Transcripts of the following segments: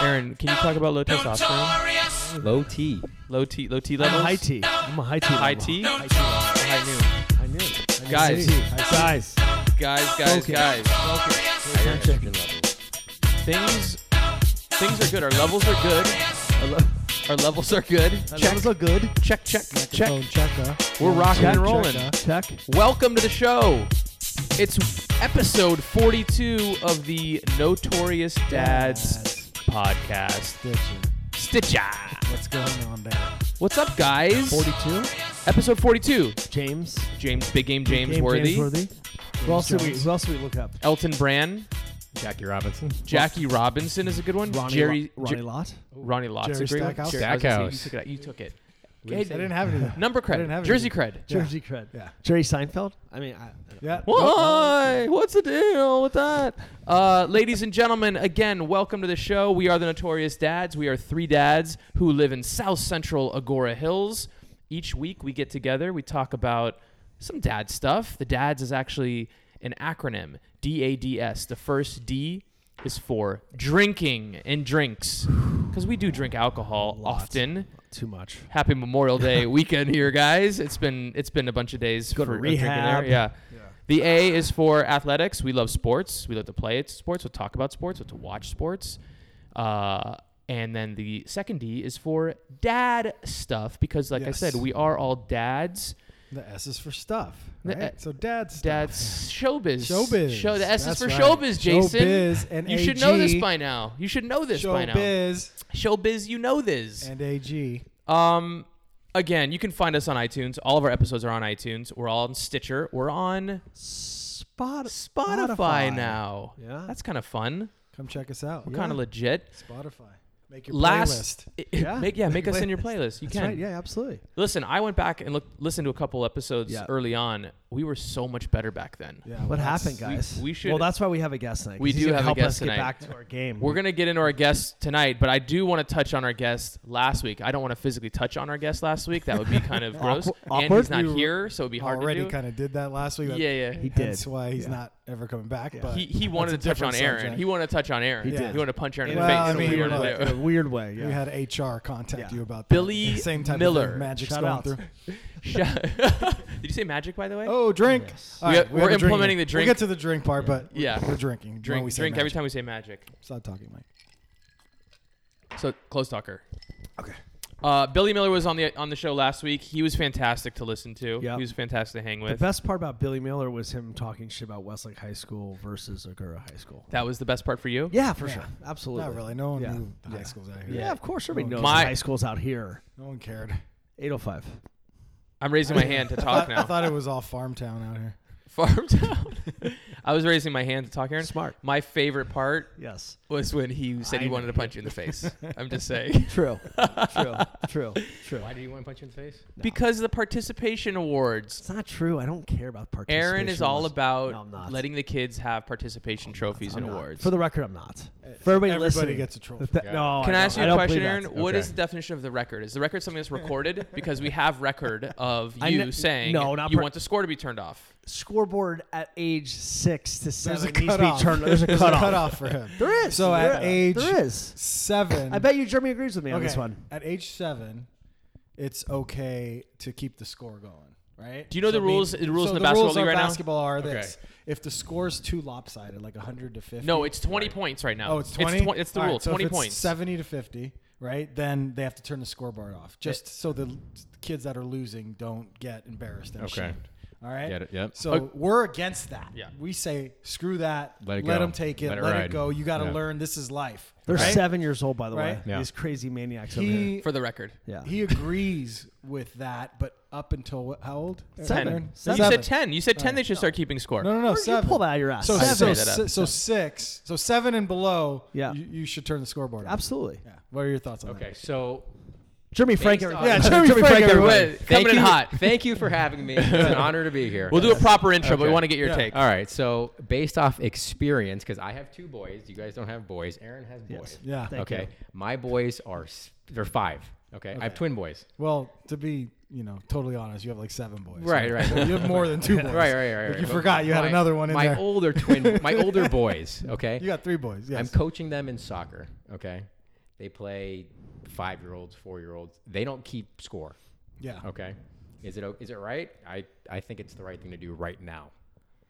Aaron, can you talk about low testosterone? Low T. Low T, low T I'm a levels. high T. I'm a high T. High level. High T. T? level. High noon. I knew it. I knew Guys. it. Guys. Guys, guys, Okay. guys. Higher estrogen levels. Things, things are good. Our levels are good. Our, le- our levels are good. Check, Check. look good. check, check, check. Microphone check. uh. We're rocking Check, and rolling. check, uh, check. Welcome to the show. It's episode 42 of the Notorious Dads Yes. podcast. Ditching. Stitcha. What's going on there? What's up, guys? 42. Episode 42. James. James, Big Game James Game Worthy, James Worthy. Who else, did we, Jones. who else did we look up? Elton Brand, Jackie Robinson. Jackie Robinson is a good one. Ronnie Jerry, Lo- Ronnie Jer- Lott. Ronnie Lott's Jerry a great Stackhouse. one. Jerry- I was gonna Stackhouse. say, You took it. You I took it. didn't have any. Number I didn't cred. have Jersey any. cred. Jersey cred. Yeah. Jerry Seinfeld. I mean, I, I don't Yeah. Why? What's the deal with that? Uh, ladies and gentlemen, again, welcome to the show. We are the Notorious Dads. We are three dads who live in South Central Agora Hills. Each week we get together, we talk about some dad stuff. The dads is actually an acronym D A D S. The first D is for drinking and drinks because we do drink alcohol Lots. often. too much. Happy Memorial Day weekend here, guys. It's been it's been a bunch of days Go to for of drinking there. rehab. Yeah. The A is for athletics. We love sports. We love to play at sports. We talk about sports. We to watch sports. Uh, and then the second D is for dad stuff because, like I said, Yes. we are all dads. The S is for stuff. The Right? E- so dad's stuff. Dad's showbiz. Showbiz. Show, the S That's is for right. showbiz, Jason. Showbiz and you should know this AG. by now. You should know this by now. Showbiz Showbiz, you know this. and AG. Um, again, you can find us on iTunes. All of our episodes are on iTunes. We're all on Stitcher. We're on Spot. Spotify, Spotify. now. Yeah. That's kind of fun. Come check us out. We're yeah. kind of legit. Spotify. Make your Last, playlist. yeah, Yeah. make yeah, make us in your playlist. You That's can right. Yeah, absolutely. listen. I went back and looked, listened to a couple episodes Yeah. early on. We were so much better back then. Yeah. What well, that's- happened, guys? we should- Well, that's why we have a guest tonight. We 'cause he's do gonna have a help guest us tonight. Get back to our game. We're gonna get into our guest tonight, but I do want to touch on our guest last week. I don't want to physically touch on our guest last week. That would be kind of gross. And he's awkward. not You here, so it'd be hard Already to do. kind of did that last week. yeah, yeah. He That's did. why he's Yeah. not ever coming back. But he, he wanted that's to a touch on different Aaron. subject. He wanted to touch on Aaron. He, He did. wanted to punch Aaron in Well, I the face. mean, so we in wanted a- to in a do. weird way. Yeah. we had HR contact Yeah. you about Billy that. Same type of Miller. thing. magic's Shout going outs. through. Shut- Did you say magic, by the way? Oh, drink. Yes. All We- right, we're have a drink. implementing the drink. We'll get to the drink part, but Yeah. we're drinking. when drink we say drink every magic. time we say magic. Stop talking, Mike. So close talker. Okay. Uh, Billy Miller was on the on the show last week. He was fantastic to listen to. Yeah. He was fantastic to hang The with. best part about Billy Miller was him talking shit about Westlake High School versus Agoura High School. that was the best part for you. Yeah, for Yeah. sure. Absolutely. Not really. No one Yeah. knew the high Yeah. schools out here. Yeah, of course everybody No, knows my- the high schools out here. No one cared. 805. I'm raising my hand to I, talk I now. thought it was all farm town out here. Farm town. I was raising my hand to talk, Aaron. Smart. My favorite part Yes. was when he said he I- wanted to punch you in the face. I'm just saying. True. true. True. True. do you want to punch in the face? Because of the participation awards. It's not true. I don't care about participation. Aaron is all awards. about No, I'm not. letting the kids have participation trophies I'm and not. awards. For the record, I'm not. For everybody, Everybody listening, gets a trophy. the th- Yeah. No. Can I, don't- ask you a don't question, believe Aaron? that. What Okay. is the definition of the record? Is the record something that's recorded? because we have record of I you kn- saying no, not you per- want the score to be turned off. Scoreboard at age six to There's seven a needs to cutoff. be turned. There's a cutoff. for him. There is. So There- at age there is. seven. I bet you Jeremy agrees with me on okay, this one. At age seven, it's okay to keep the score going, right? Do you know the it means- rules- the rules so in the basketball rules league on right now? basketball are Okay. this: if the score's too lopsided, like 100 to 50. No, it's 20 points right now. Oh, it's 20. It's, twen- it's the All right, rule. so if 20 it's points. 70 to 50, right? Then they have to turn the scoreboard off, just so the l- kids that are losing don't get embarrassed and Okay. ashamed. All right. Get it, yep. So we're against that. Yeah. We say screw that. Let it go. them take it. Let Let, it it, ride. go. You got to Yeah. learn. This is life. They're right? seven years old, by the way. Right? Yeah. These crazy maniacs over here. He For the record. Yeah. he agrees with that, but up until what, how old? Seven. Aaron? Seven. You said 10. You said 10 Alright. they should start keeping score. No, no, no. Where'd you seven. pull that out of your ass? So, I just so, made that up. si- so six. So seven and below. Yeah. You, you should turn the scoreboard. off. Absolutely. Yeah. What are your thoughts on Okay, so Jeremy Frank. Based on- everybody. Yeah, Jeremy Frank, everybody. Wait, thank coming in you, hot. Thank you for having me. It's an honor to be here. We'll do a proper intro, but we Okay. want to get your Yeah. take. All right, so based off experience, because I have two boys. You guys don't have boys. Aaron has boys. Yes. that? Yeah. Thank okay, my boys are s- they're five. Okay, I have twin boys. Well, to be you know totally honest, you have like seven boys. Right, right. You have more than two boys. Right, right, right. Like, right. you But forgot you had my- another one in my there. older twin, my older boys. Okay, you got three boys. Yes. I'm coaching them in soccer. Okay, They play five year olds, four year olds. They don't keep score. Yeah. Okay. Is it o- is it right? I, I think it's the right thing to do right now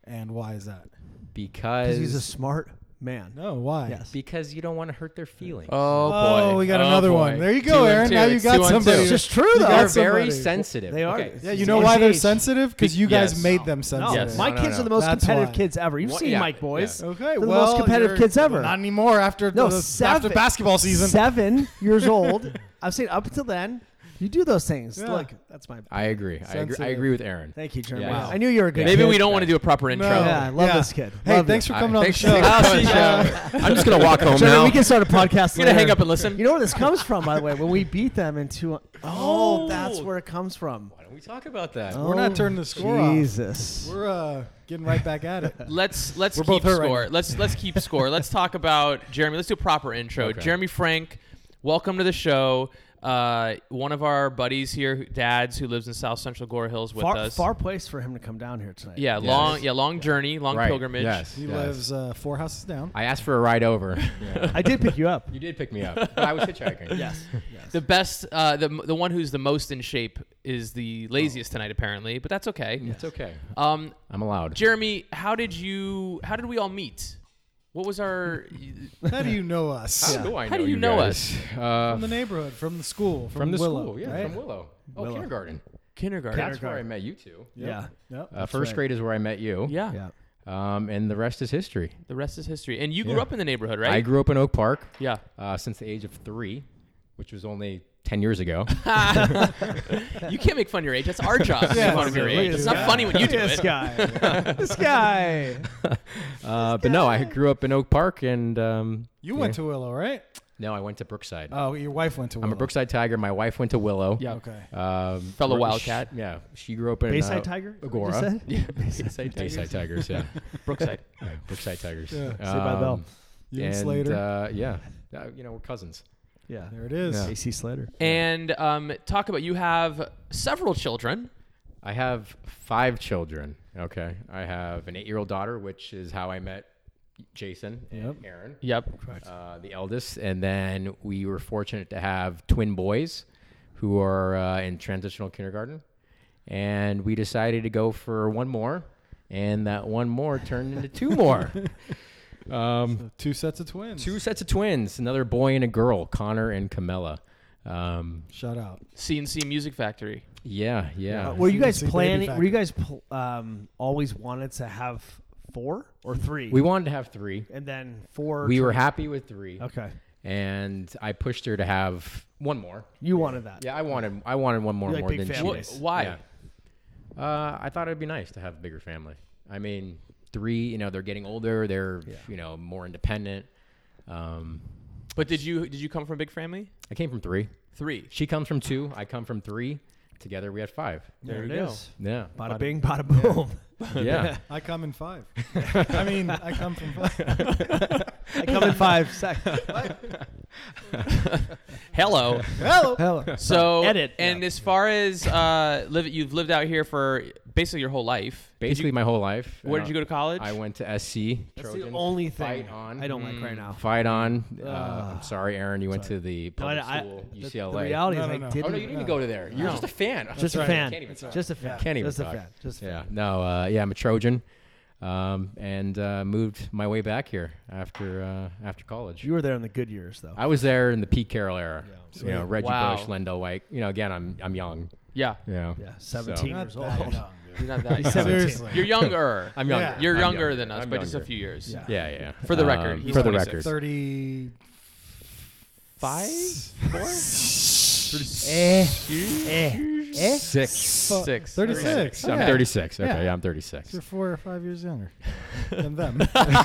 And why is that? because Because he's a smart man. No, why? Yes. because you don't want to hurt their feelings. Oh boy! Oh, we got another boy. one. There you go, and Aaron. Now you It's got two and somebody. two. It's just true You though. got they're that's very somebody. sensitive. They are. Okay. Yeah, you It's know the why they're age. sensitive? Because you guys Yes. made them No, sensitive. Yes. my No, no, kids no. are the most That's competitive why. kids ever. You've What- seen yeah, Mike, boys. yeah. Okay, They're the well, most competitive you're- kids ever. Not anymore after No, the, after seven- basketball season. Seven years old. I've seen up until then. You do those things. Yeah. Look, that's my. I agree. I agree. I Sensitive. agree with Aaron. Thank you, Jeremiah. Yeah. I knew you were a good. Maybe kid. we don't want to do a proper No. intro. Yeah, I love this kid. Hey, Love thanks you. for coming All on right, the thanks show. for coming on the show. I'm just gonna walk home Jeremy, now. we can start a podcast. I'm gonna hang later. up and listen. You know where this comes from, by the way. When we beat them into, oh, that's Oh. where it comes from. Why don't we talk about that? We're not turning the score off. Oh, Jesus. We're uh, getting right back at it. Let's let's We're both keep hurt right score. now. let's let's keep score. Let's talk about Jeremy. Let's do a proper intro. Okay. Jeremy Frank, welcome to the show. Uh, one of our buddies here, who- dads who lives in South Central Gore Hills with Far, us. far place for him to come down here tonight. yeah, Yes. long yeah long journey, long Right. pilgrimage. Yes. He yes. lives uh, four houses down. I asked for a ride over. I did pick you up. You did pick me up. but I was hitchhiking. yes. The best, uh, the the one who's the most in shape is the laziest tonight apparently, but that's okay. It's okay. Um, I'm allowed. Jeremy, how did you? How did we all meet? What was our? How do you know us? How do I know How do you know guys? Uh, From the neighborhood, from the school, from, from the Willow, school. Yeah, right? from Willow. Oh, Willow. kindergarten. Kindergarten. That's where I met you two. Yeah. Yep. Uh, first right. grade is where I met you. Yeah. Yeah. Um, and the rest is history. The rest is history. And you grew Yeah. up in the neighborhood, right? I grew up in Oak Park yeah. uh, since the age of three, which was only 10 years ago. You can't make fun of your age. That's our job to Yeah, make fun of your look at age. this It's not guy. funny when you do this it. guy. this guy. uh, but no, I grew up in Oak Park and. Um, You went to Willow, right? No, I went to Brookside. Oh, your wife went to Willow. I'm a Brookside Tiger. My wife went to Willow. Yeah. Okay. Um, Fellow she- Wildcat. yeah. She grew up in. Bayside uh, Tiger? is what you Agora. said? Brookside Bayside Tigers, yeah. Brookside. yeah. Brookside Tigers. Yeah. Saved by the Bell. Um, You and and, Slater. Uh, yeah. Uh, you know, we're cousins. Yeah. there it is. Yeah. AC Slater. And um, talk about you have several children. I have five children. Okay. I have an eight year old daughter, which is how I met Jason and Aaron, Yep. uh, the eldest. And then we were fortunate to have twin boys who are uh, in transitional kindergarten. And we decided to go for one more. And that one more turned into two more. um, Two sets of twins. two sets of twins, another boy and a girl, Connor and Camilla. Um, Shout out. CNC Music Factory. yeah, yeah. Uh, were you guys CNC baby planning? Were factor. you guys pl- um, always wanted to have four or three? We wanted to have three. and then four. We were turned- happy with three. Okay. and I pushed her to have one more. You wanted that. Yeah, I wanted I wanted one more You like more big than she Wh- families. did. why? Yeah. Uh, I thought it'd be nice to have a bigger family. I mean, three. You know, they're getting older. They're you know more independent. Um, But did you did you come from a big family? I came from three. Three. She comes from two. I come from three. Together, we had five. There it you go. is. Yeah. Bada bing, bada boom. Yeah. I come in five. I mean, I come from five. I come in five seconds. Hello. Hello. Hello. So Edit. And as far as uh, live, you've lived out here for basically your whole life. Did you- Basically, my whole life. where did you go to college? I went to SC. That's the Trojans. only thing Fight on. I don't like Mm. right now. Fight on. Uh, Ah. I'm sorry, Aaron. You went to the No, I- public I- school, the- UCLA. The reality No, is no, I no. didn't. Oh no, you didn't even go to there. You're No. just a fan. Just a right. fan. Can't even talk. Just a fan. Can't even Just a talk. fan. Just a yeah. fan. No. Uh, yeah, I'm a Trojan, um, and uh, moved my way back here after uh, after college. You were there in the good years though. I was there in the Pete Carroll era. Yeah. You know, Sweet. Reggie Wow. Bush, Lendell White. You know, again, I'm I'm young. yeah. You know. yeah, 17 Not years that old. young, dude. You're not that. Seriously. You're younger. I'm younger. Yeah. You're I'm younger than us, I'm but just a younger. few years. Yeah. Yeah, yeah. For the record, Um, he's for the 26. record. 30. Five? Four? Eh, eh, eh. Six. Six. 36. I'm Okay. 36. Okay, Yeah. yeah, I'm 36. You're four or five years younger than them. Uh,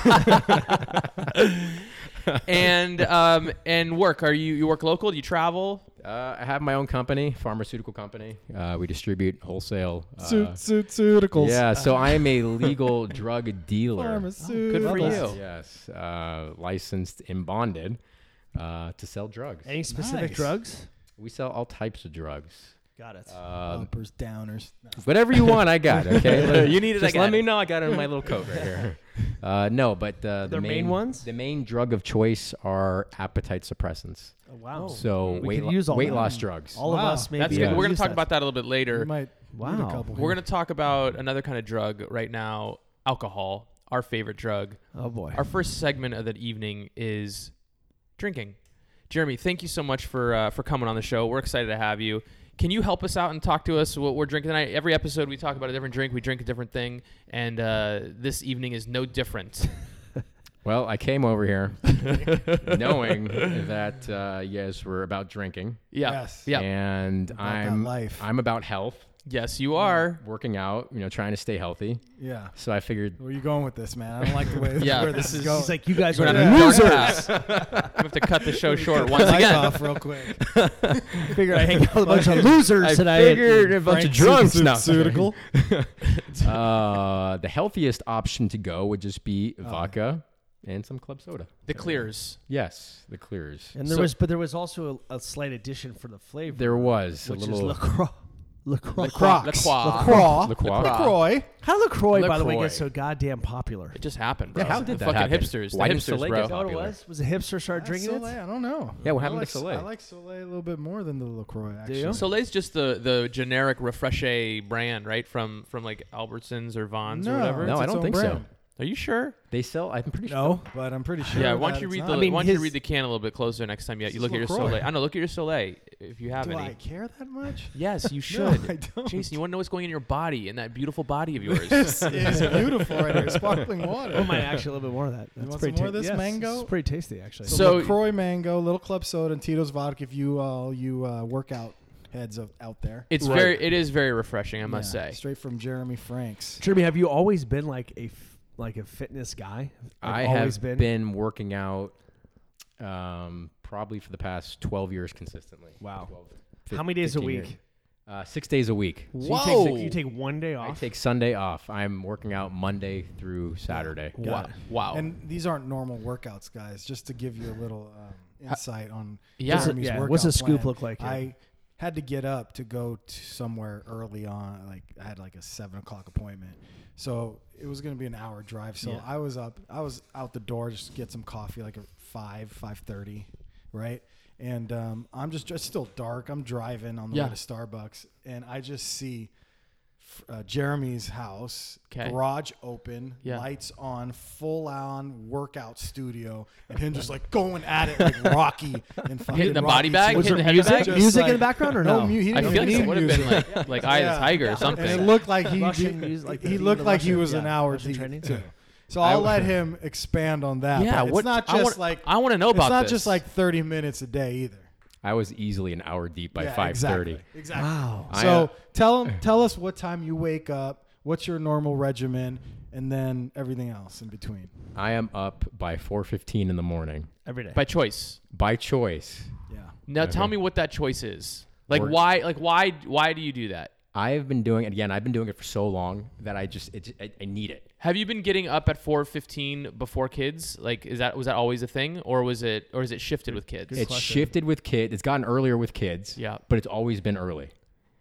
and um and work. Are you you work local? Do you travel? Uh, I have my own company, pharmaceutical company. Uh, we distribute wholesale. Uh, Suit, suit, suiticals. Yeah, so I am a legal drug dealer. Pharmaceuticals. Good for you. Yes, uh, licensed and bonded uh, to sell drugs. Any specific Nice. drugs? We sell all types of drugs. Got it. Um, Uppers, downers. No. whatever you want, I got. Okay, Let- You need it, I Just got let me it. know. I got it in my little coat right here. Uh, no, but uh, the Their main ones? the main drug of choice are appetite suppressants. Oh, wow. So We weight could lo- use all weight that. loss drugs. All of Wow. us, maybe. That's Yeah. good. We're gonna Use talk that. about that a little bit We later. might need a Wow. couple We're here. gonna talk about another kind of drug right now. Alcohol, our favorite drug. Oh boy. Our first segment of the evening is drinking. Jeremy, thank you so much for uh, for coming on the show. We're excited to have you. Can you help us out and talk to us what we're drinking tonight? Every episode we talk about a different drink, we drink a different thing, and uh, this evening is no different. Well, I came over here knowing that uh, you guys were about drinking, yeah. Yes. Yeah. and About that I'm life. I'm about health, Yes, you are. working out, you know, trying to stay healthy. Yeah. So I figured Where you going with this, man? I don't like the way Yeah, where this this, is- is going. he's It's like you guys We're are gonna the- have to Losers. cut that. we have to cut the show short Oh, once Mic again. off real quick. figured I hang out with a bunch of losers I tonight. figured a bunch of drunks. No. Pharmaceutical. uh, the healthiest option to go would just Oh, be vodka and some club soda. The clears. Yes, the clears. And there So- was, but there was also a, a slight addition for the flavor, There was which a little is Lacroix. Lacroix. Croix. LaCroix. LaCroix. LaCroix. How Lacroix, by the way, LaCroix. gets so goddamn popular? It just happened, bro. Yeah, how did the that fucking happen? hipsters? Why the did hipsters, Soleil bro. get You know what it popular. was? Was a hipster started drinking Soleil, it? I don't know. Yeah, what I happened to like, Soleil? I like Soleil a little bit more than the LaCroix, actually. you? Soleil's just the the generic Refreshe brand, right? From from like Albertsons or Vons or No. whatever. No, It's I its don't own think so. brand. Are you sure? They sell. I'm pretty sure. No, but I'm pretty sure. yeah, why don't that you it's read not. the mean, why don't you his- read the can a little bit closer next time you, you This look at your is LaCroix. Soleil. I know, look at your Soleil if you have Do any. I care that much? Yes, you No, should. I don't. Jason, you want to know what's going in your body in that beautiful body of yours? This is beautiful right here. Sparkling water. Oh my, actually, a little bit more of that. That's want pretty some more of ta- this yes, mango? It's pretty tasty, actually. So- So, LaCroix mango, little club soda, and Tito's vodka if you all you uh, workout heads of, out there. It's Right. very it is very refreshing, I must Yeah, say. Straight from Jeremy Franks. Jeremy, have you always been like a f- like a fitness guy? Like, I always have been, working out um, probably for the past 12 years consistently. Wow. 12, How many days a 15 years. week? Uh, six days a week. So you Whoa. take, six- you take one day I off. take Sunday off. I'm working out Monday through Saturday. Yeah. Wow. Wow. And these aren't normal workouts, guys. Just to give you a little um, insight on Yeah. What's it- Jeremy's yeah, workout what's a scoop plan. look like here? I had to get up to go to somewhere early on. Like I had like a seven o'clock appointment, so it was going to be an hour drive. So Yeah. I was up. I was out the door just to get some coffee, like at five five thirty, right? And um, I'm just it's still dark. I'm driving on the Yeah. way to Starbucks, and I just see f- uh, Jeremy's house, 'Kay. garage open, Yeah. lights on, full on workout studio, and him just like going at it like Rocky and fucking Hitting the Rocky body bag, too. hitting the heavy bag. Just music in like- the background or No, no? mu- he I didn't feel like even it need would have been music. like like Eye of Yeah. the Tiger or And it something. looked like he Russian music, like the- he the looked like he Russian- was an yeah, hour Russian deep training. too. Yeah. So I'll let him expand on that. yeah, but what- it's not I just wanna- like I want to know about it's not this. just like thirty minutes a day either. I was easily an hour deep by Yeah, 5:30. exactly. Exactly. wow. I, So uh, tell 'em- tell us what time you wake up, what's your normal regimen, and then everything else in between. I am up by 4:15 in the morning Every day. by choice. by choice. Yeah. Now tell Okay. me what that choice is. Like Or- why like why why do you do that? I've been doing it again. I've been doing it for so long that I just it, I, I need it. Have you been getting up at 4:15 before kids? Like is that was that always a thing or was it or is it shifted with kids? it's shifted with kids. It's gotten earlier with kids. Yeah. but it's always been early.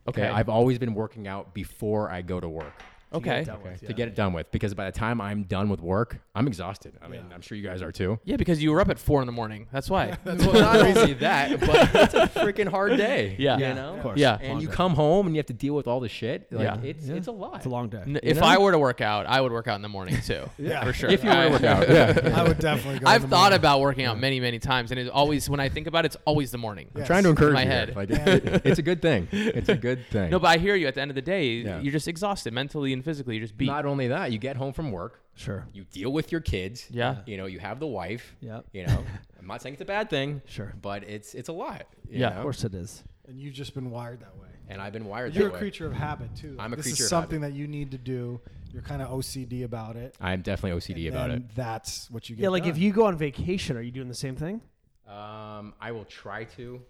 Okay. I've always been working out before I go to work okay. to get it done with because by the time I'm done with work, I'm exhausted. I mean, I'm sure you guys are too. Yeah, because you were up at 4 in the morning. That's why. Well, not only that, but it's a freaking hard day. Yeah. you Yeah, know. course. yeah. And you come home and you have to deal with all the shit. Like, Yeah. it's it's a lot. It's a long day. N- if I were to work out, I would work out in the morning too. Yeah. For sure. If you were to I- work out, yeah. I would definitely go. in I've the thought morning. about working out many, many times, and it's always when I think about it, it's always the morning. Yeah. Trying to Yes. encourage In my you. head. Like, it- it- it's a good thing. It's a good thing. No, but I hear you. At the end of the day, Yeah. you're just exhausted mentally and physically. You're just beat. not only that, you get home from work, Sure. you deal with your kids. Yeah. You know, you have the wife. Yeah. You know, I'm not saying it's a bad thing. Sure. But it's it's a lot. you Yeah. know? Of course it is. And you've just been wired that way. And I've been wired You're that a way. creature of habit too. I'm a this creature is of something that you need to do. You're kind of OCD about it. I'm definitely OCD about it. and That's what you get. Yeah, like if done. you go on vacation, are you doing the same thing? Um, I will try to.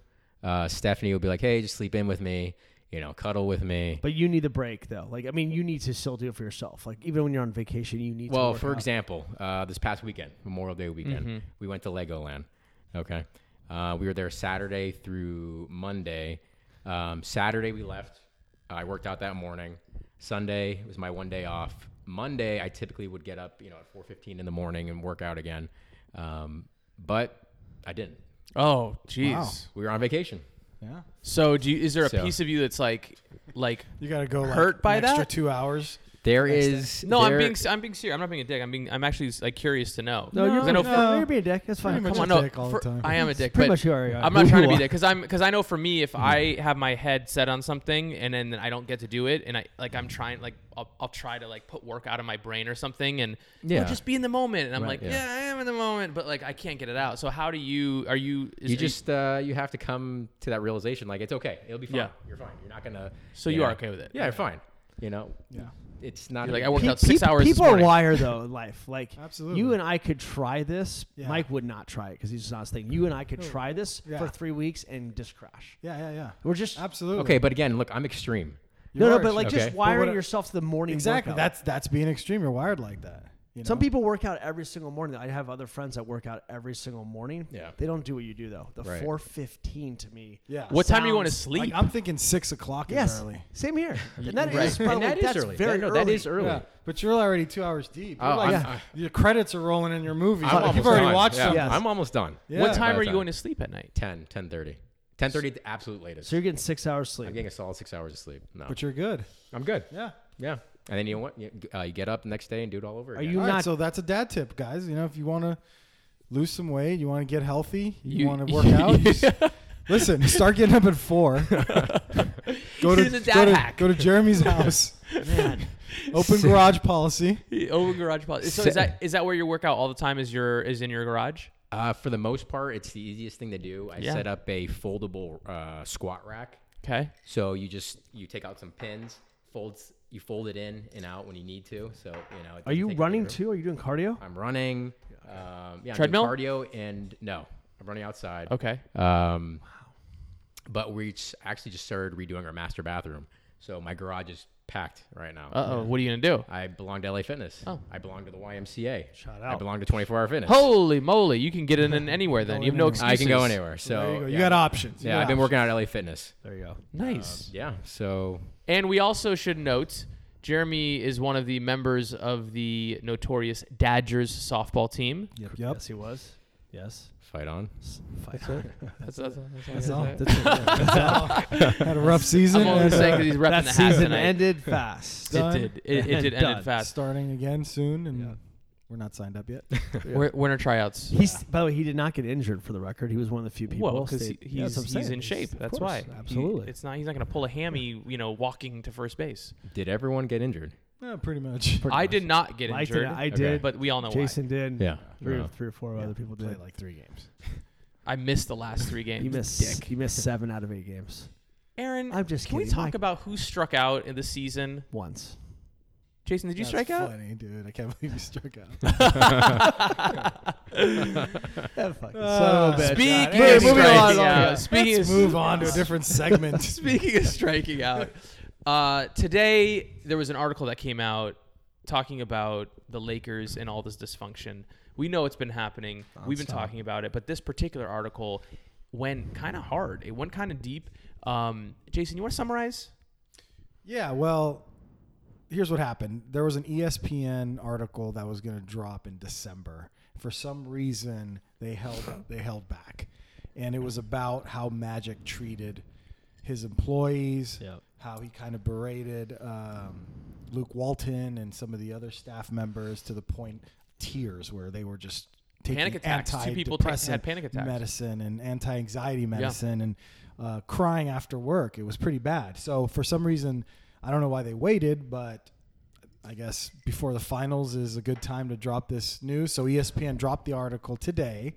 Uh, Stephanie will be like, "Hey, just sleep in with me. You know, cuddle with me." But you need the break though. Like I mean, you need to still do it for yourself. Like even when you're on vacation, you need. to Well, work for out. example, uh, this past weekend, Memorial Day weekend, Mm-hmm. we went to Legoland. Okay. Uh, we were there Saturday through Monday. Um, Saturday we left. I worked out that morning. Sunday was my one day off. Monday I typically would get up, you know, at 4:15 in the morning and work out again, um, but I didn't. Oh, jeez. Wow. We were on vacation. Yeah. So, do you, is there a So- piece of you that's like, like? You got to go like, Hurt by an extra that? two hours. There is No, I'm there- being, s- I'm being serious. I'm not being a dick. I'm being, I'm actually like curious to know. No, Because you're, I know no, for- you're being a dick. That's fine. Pretty much Come on. Come on, a no, dick all for- the time. I am a dick, Pretty but much you are. yeah. I'm not Who trying to you be are. there because I'm because I know for me if I have my head set on something and then I don't get to do it and I like I'm trying like I'll, I'll try to like put work out of my brain or something and yeah Yeah. just be in the moment and I'm Right, like yeah. yeah. I am in the moment but like I can't get it out so how do you are you is you are just uh, you have to come to that realization like it's okay it'll be fine Yeah. you're fine you're not gonna So you know- are okay with it? yeah you're fine you know Yeah. it's not You're like, like I I worked Pe- out six peop- hours this People are morning. wired though in life. Like Absolutely. you and I could try this. Yeah. Mike would not try it because he's just not his thing. You and I could No. try this Yeah. for three weeks and just crash. Yeah, yeah, yeah. We're just Absolutely. okay but again look I'm extreme no, You're no, wired but like Okay. just But wiring what I- yourself to the morning. Exactly. workout. That's that's being extreme. You're wired like that. You know? Some people work out every single morning. I have other friends that work out every single morning. Yeah. They don't do what you do though. The Right. 4:15 to me. Yeah. what time are you going to sounds sleep? Like, I'm thinking six o'clock is Yes. early. Same here. And that is Right. by the And way, that is that's early. very That- no, early. that is early Yeah, but you're already two hours deep. You're Oh, like, I'm- Your credits are rolling in your movie. I'm Like, almost you've already done. watched yeah. them. Yes. I'm almost done Yeah. what time By are the you going to sleep at night? 10 10 30 10 30 absolute latest So you're getting six hours sleep. I'm getting a solid six hours of sleep no But you're good. I'm good Yeah. yeah and then you know what you, uh, you get up the next day and do it all over Are again you- All right, not- so that's a dad tip, guys. You know, if you want to lose some weight, you want to get healthy, you, You- want to work out. just- listen, start getting up at four. go to He's a dad go to, hack. go to Jeremy's house. Man. Open garage policy. Over garage pod. So is that is that where your workout all the time is your is in your garage? uh, for the most part it's the easiest thing to do I Yeah. set up a foldable uh, squat rack Okay. So you just you take out some pins, folds you fold it in and out when you need to. So you know. it Are doesn't you Uh, take up running any room. too? Are you doing cardio? I'm running. Um, yeah, Treadmill? I'm doing cardio and no, I'm running outside. Okay. Um, But we just- actually just started redoing our master bathroom, so my garage is packed right now. Uh oh. What are you gonna do? I belong to LA Fitness. Oh. I belong to the YMCA. Shout I out. belong to 24 Hour Fitness. Holy moly! You can get in, in anywhere. Then Go you have in no anywhere. excuses. I can go anywhere. So there you go. You yeah. got options. You Yeah, got I've been options. working out at LA Fitness. There you go. Nice. Um, Yeah, so And we also should note Jeremy is one of the members of the notorious Dadgers softball team. Yep. Yep. Yes, he was. Yes. fight on. That's it. That's, that's, That's all. I'm That's all. Had a rough season. only and, uh, saying 'cause he's repping that the hat season tonight. ended fast. It done did. It, it and did done. ended fast. starting again soon, and Yeah. we're not signed up yet. Wi- Winter tryouts. He's by the way, he did not get injured for the record. He was one of the few people. well, because stayed- Yeah, he's, that's what I'm he's saying. in shape. of That's course. why. He- Absolutely. it's not. He's not going to pull a hammy. You know, walking to first base. Did everyone get injured? Yeah, Uh, pretty much. Pretty I much. did not get Mike did- injured, I did. but we all know Jason did. Yeah. Three, No. or, three or four other people Played did. like three games. why. I missed the last three games. You missed. Dick. You missed seven out of eight games. Aaron, I'm just can we kidding. talk Mike- about who struck out in the season? once? Jason, did you strike out? Funny, dude. I can't believe you struck out. Son of a bitch. Ah, Speaking Moving- of moving striking along. out, Yeah. speaking Let's of move on to a different segment. Speaking of striking out, uh, today there was an article that came out talking about the Lakers and all this dysfunction. We know it's been happening. We've been talking about it, but this particular article went kind of hard. It went kind of deep. Um, Jason, you want to summarize? Yeah, well, here's what happened. There was an E ESPN article that was going to drop in December. For some reason, they held they held back, and it was about how Magic treated his employees, Yep. how he kind of berated um, Luke Walton and some of the other staff members to the point tears where they were just taking Panic attacks. Two people ta- antidepressant had panic attacks. medicine and anti-anxiety medicine and uh, crying after work. It was pretty bad. So for some reason, I don't know why they waited, but I guess before the finals is a good time to drop this news. So E ESPN dropped the article today,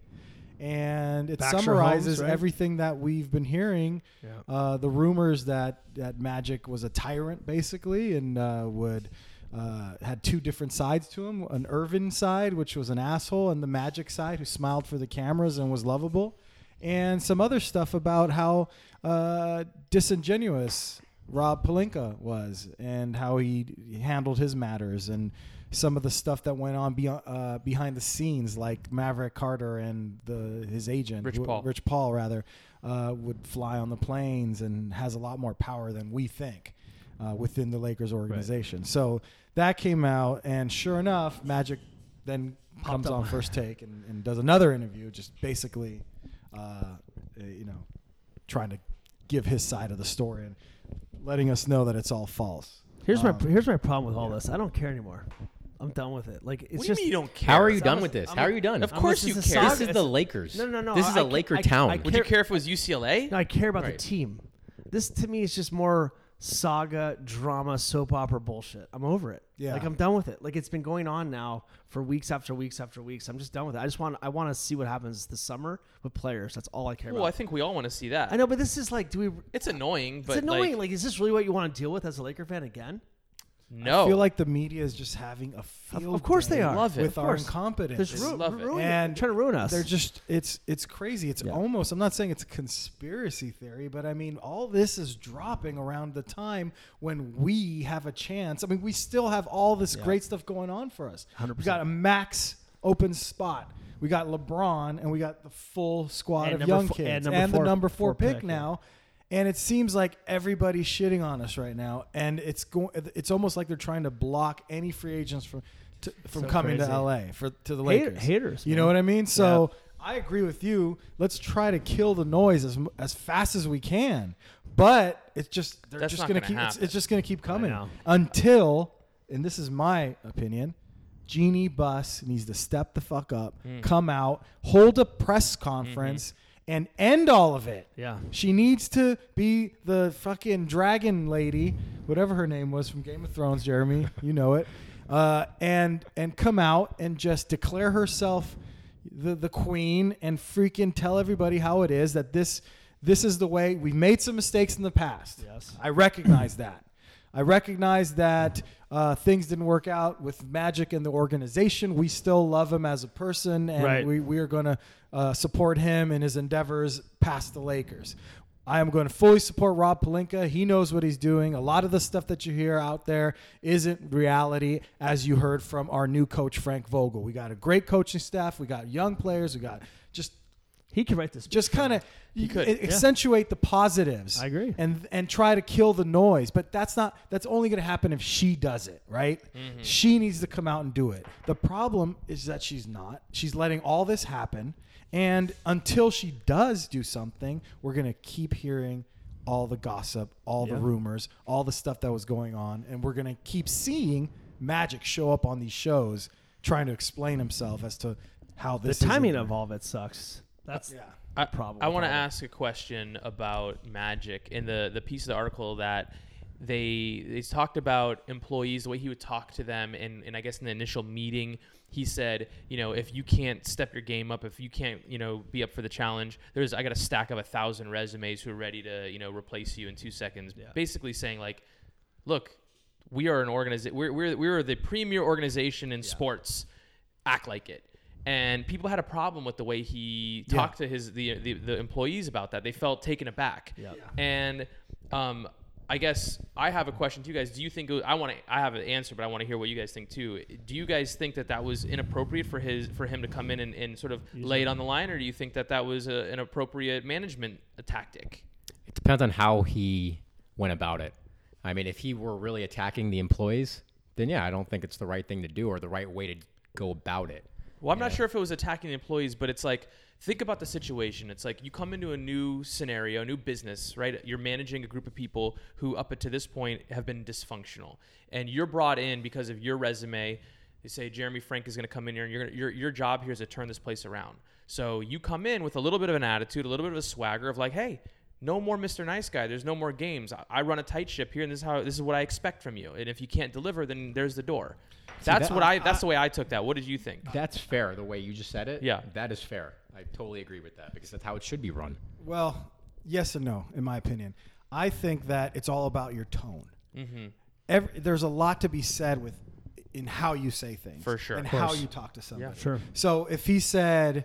and it Baxter summarizes Holmes, right? everything that we've been hearing. Uh, the rumors that that Magic was a tyrant, basically, and uh, would. Uh, had two different sides to him an Irvin side, which was an asshole, and the Magic side, who smiled for the cameras and was lovable, and some other stuff about how uh, disingenuous Rob Palinka was and how he handled his matters and some of the stuff that went on beyond, uh, behind the scenes, like Maverick Carter and the his agent, Rich w- Paul. Rich Paul rather, uh, would fly on the planes and has a lot more power than we think uh, within the Lakers organization. So that came out, and sure enough, Magic then comes on first take and, and does another interview, just basically, uh, uh, you know, trying to give his side of the story and letting us know that it's all false. Here's Um, my here's my problem with all this. I don't care anymore. I'm done with it. Like it's what do you just mean you don't care? How are you I'm done a- with this? I'm How a- are you done? Of course you is a care. saga. This is the It's- Lakers. No, no, no. This is I- a I ca- Laker I- town. I Would you care if it was UCLA? No, I care about Right. the team. This to me is just more saga, drama, soap opera bullshit. I'm over it. Yeah. Like I'm done with it. Like it's been going on now for weeks after weeks after weeks. I'm just done with it. I just want I want to see what happens this summer with players. That's all I care Well, I about. think we all want to see that. I know, but this is like, do we? It's annoying, It's but annoying. Like, Like, is this really what you want to deal with as a Laker fan again? no. I feel like the media is just having a Of, field of course day they are. Love it. with Of our course. incompetence. There's ru- ru- love it. ruin, And trying to ruin us. They're just it's it's crazy. It's almost I'm not saying it's a conspiracy theory, but I mean all this is dropping around the time when we have a chance. I mean, we still have all this great stuff going on for us. We got a max open spot. We got LeBron and we got the full squad And of number young fo- kids and number the four- number 4, four pick, pick, yeah. now. And it seems like everybody's shitting on us right now, and it's going. It's almost like they're trying to block any free agents from to, from So coming crazy. to LA for to the Hater- Lakers. haters, you man. know what I mean? So I agree with you. Let's try to kill the noise as m- as fast as we can. But it's just they're That's just not gonna, gonna keep it's, happen. it's just gonna keep coming know. until and this is my opinion. Genie Bus needs to step the fuck up, Hmm. come out, hold a press conference, and end all of it. Mm-hmm. Yeah. She needs to be the fucking dragon lady, whatever her name was from Game of Thrones, Jeremy. You know it. Uh, and and come out and just declare herself the, the queen and freaking tell everybody how it is that this this is the way we've made some mistakes in the past. Yes. I recognize that. I recognize that uh, things didn't work out with Magic and the organization. We still love him as a person, and Right. we, we are going to uh, support him in his endeavors past the Lakers. I am going to fully support Rob Palinka. He knows what he's doing. A lot of the stuff that you hear out there isn't reality, as you heard from our new coach, Frank Vogel. We got a great coaching staff. We got young players. We got just he could write this. just kind of could, yeah. accentuate the positives. I agree. And and try to kill the noise, but that's not that's only going to happen if she does it, right? Mm-hmm. She needs to come out and do it. The problem is that she's not. She's letting all this happen, and until she does do something, we're going to keep hearing all the gossip, all the rumors, all the stuff that was going on, and we're going to keep seeing Magic show up on these shows trying to explain himself as to how the this isn't timing of there. all of it sucks. That's yeah. I, problem I want to with all ask a question about Magic in the the piece of the article that they they talked about employees the way he would talk to them and and I guess in the initial meeting he said you know if you can't step your game up if you can't you know be up for the challenge there's I got a stack of a thousand resumes who are ready to you know replace you in two seconds basically saying like look we are an organization we're, we're, we're the premier organization in sports act like it and people had a problem with the way he talked to his the, the the employees about that they felt taken aback and um i guess i have a question to you guys do you think it was- i want to i have an answer but i want to hear what you guys think too do you guys think that that was inappropriate for his for him to come in and, and sort of lay it on the line or do you think that that was a, an appropriate management tactic It depends on how he went about it. I mean, if he were really attacking the employees, then yeah, I don't think it's the right thing to do or the right way to go about it. Well, I'm not sure if it was attacking the employees, but it's like think about the situation. It's like you come into a new scenario, a new business, right? You're managing a group of people who up to this point have been dysfunctional, and you're brought in because of your resume. They say Jeremy Frank is going to come in here, and you're gonna, your your job here is to turn this place around. So you come in with a little bit of an attitude, a little bit of a swagger of like, hey. No more Mr. Nice Guy. There's no more games. I- I run a tight ship here, and this is how this is what I expect from you. And if you can't deliver, then there's the door. That's that- what I. That's the way I took that. What did you think? That's fair, the way you just said it. Yeah. That is fair. I totally agree with that because that's how it should be run. Well, yes and no, in my opinion. I think that it's all about your tone. Mm-hmm. Every, there's a lot to be said with in how you say things, For sure. and Of how you talk to somebody. Sure. So if he said,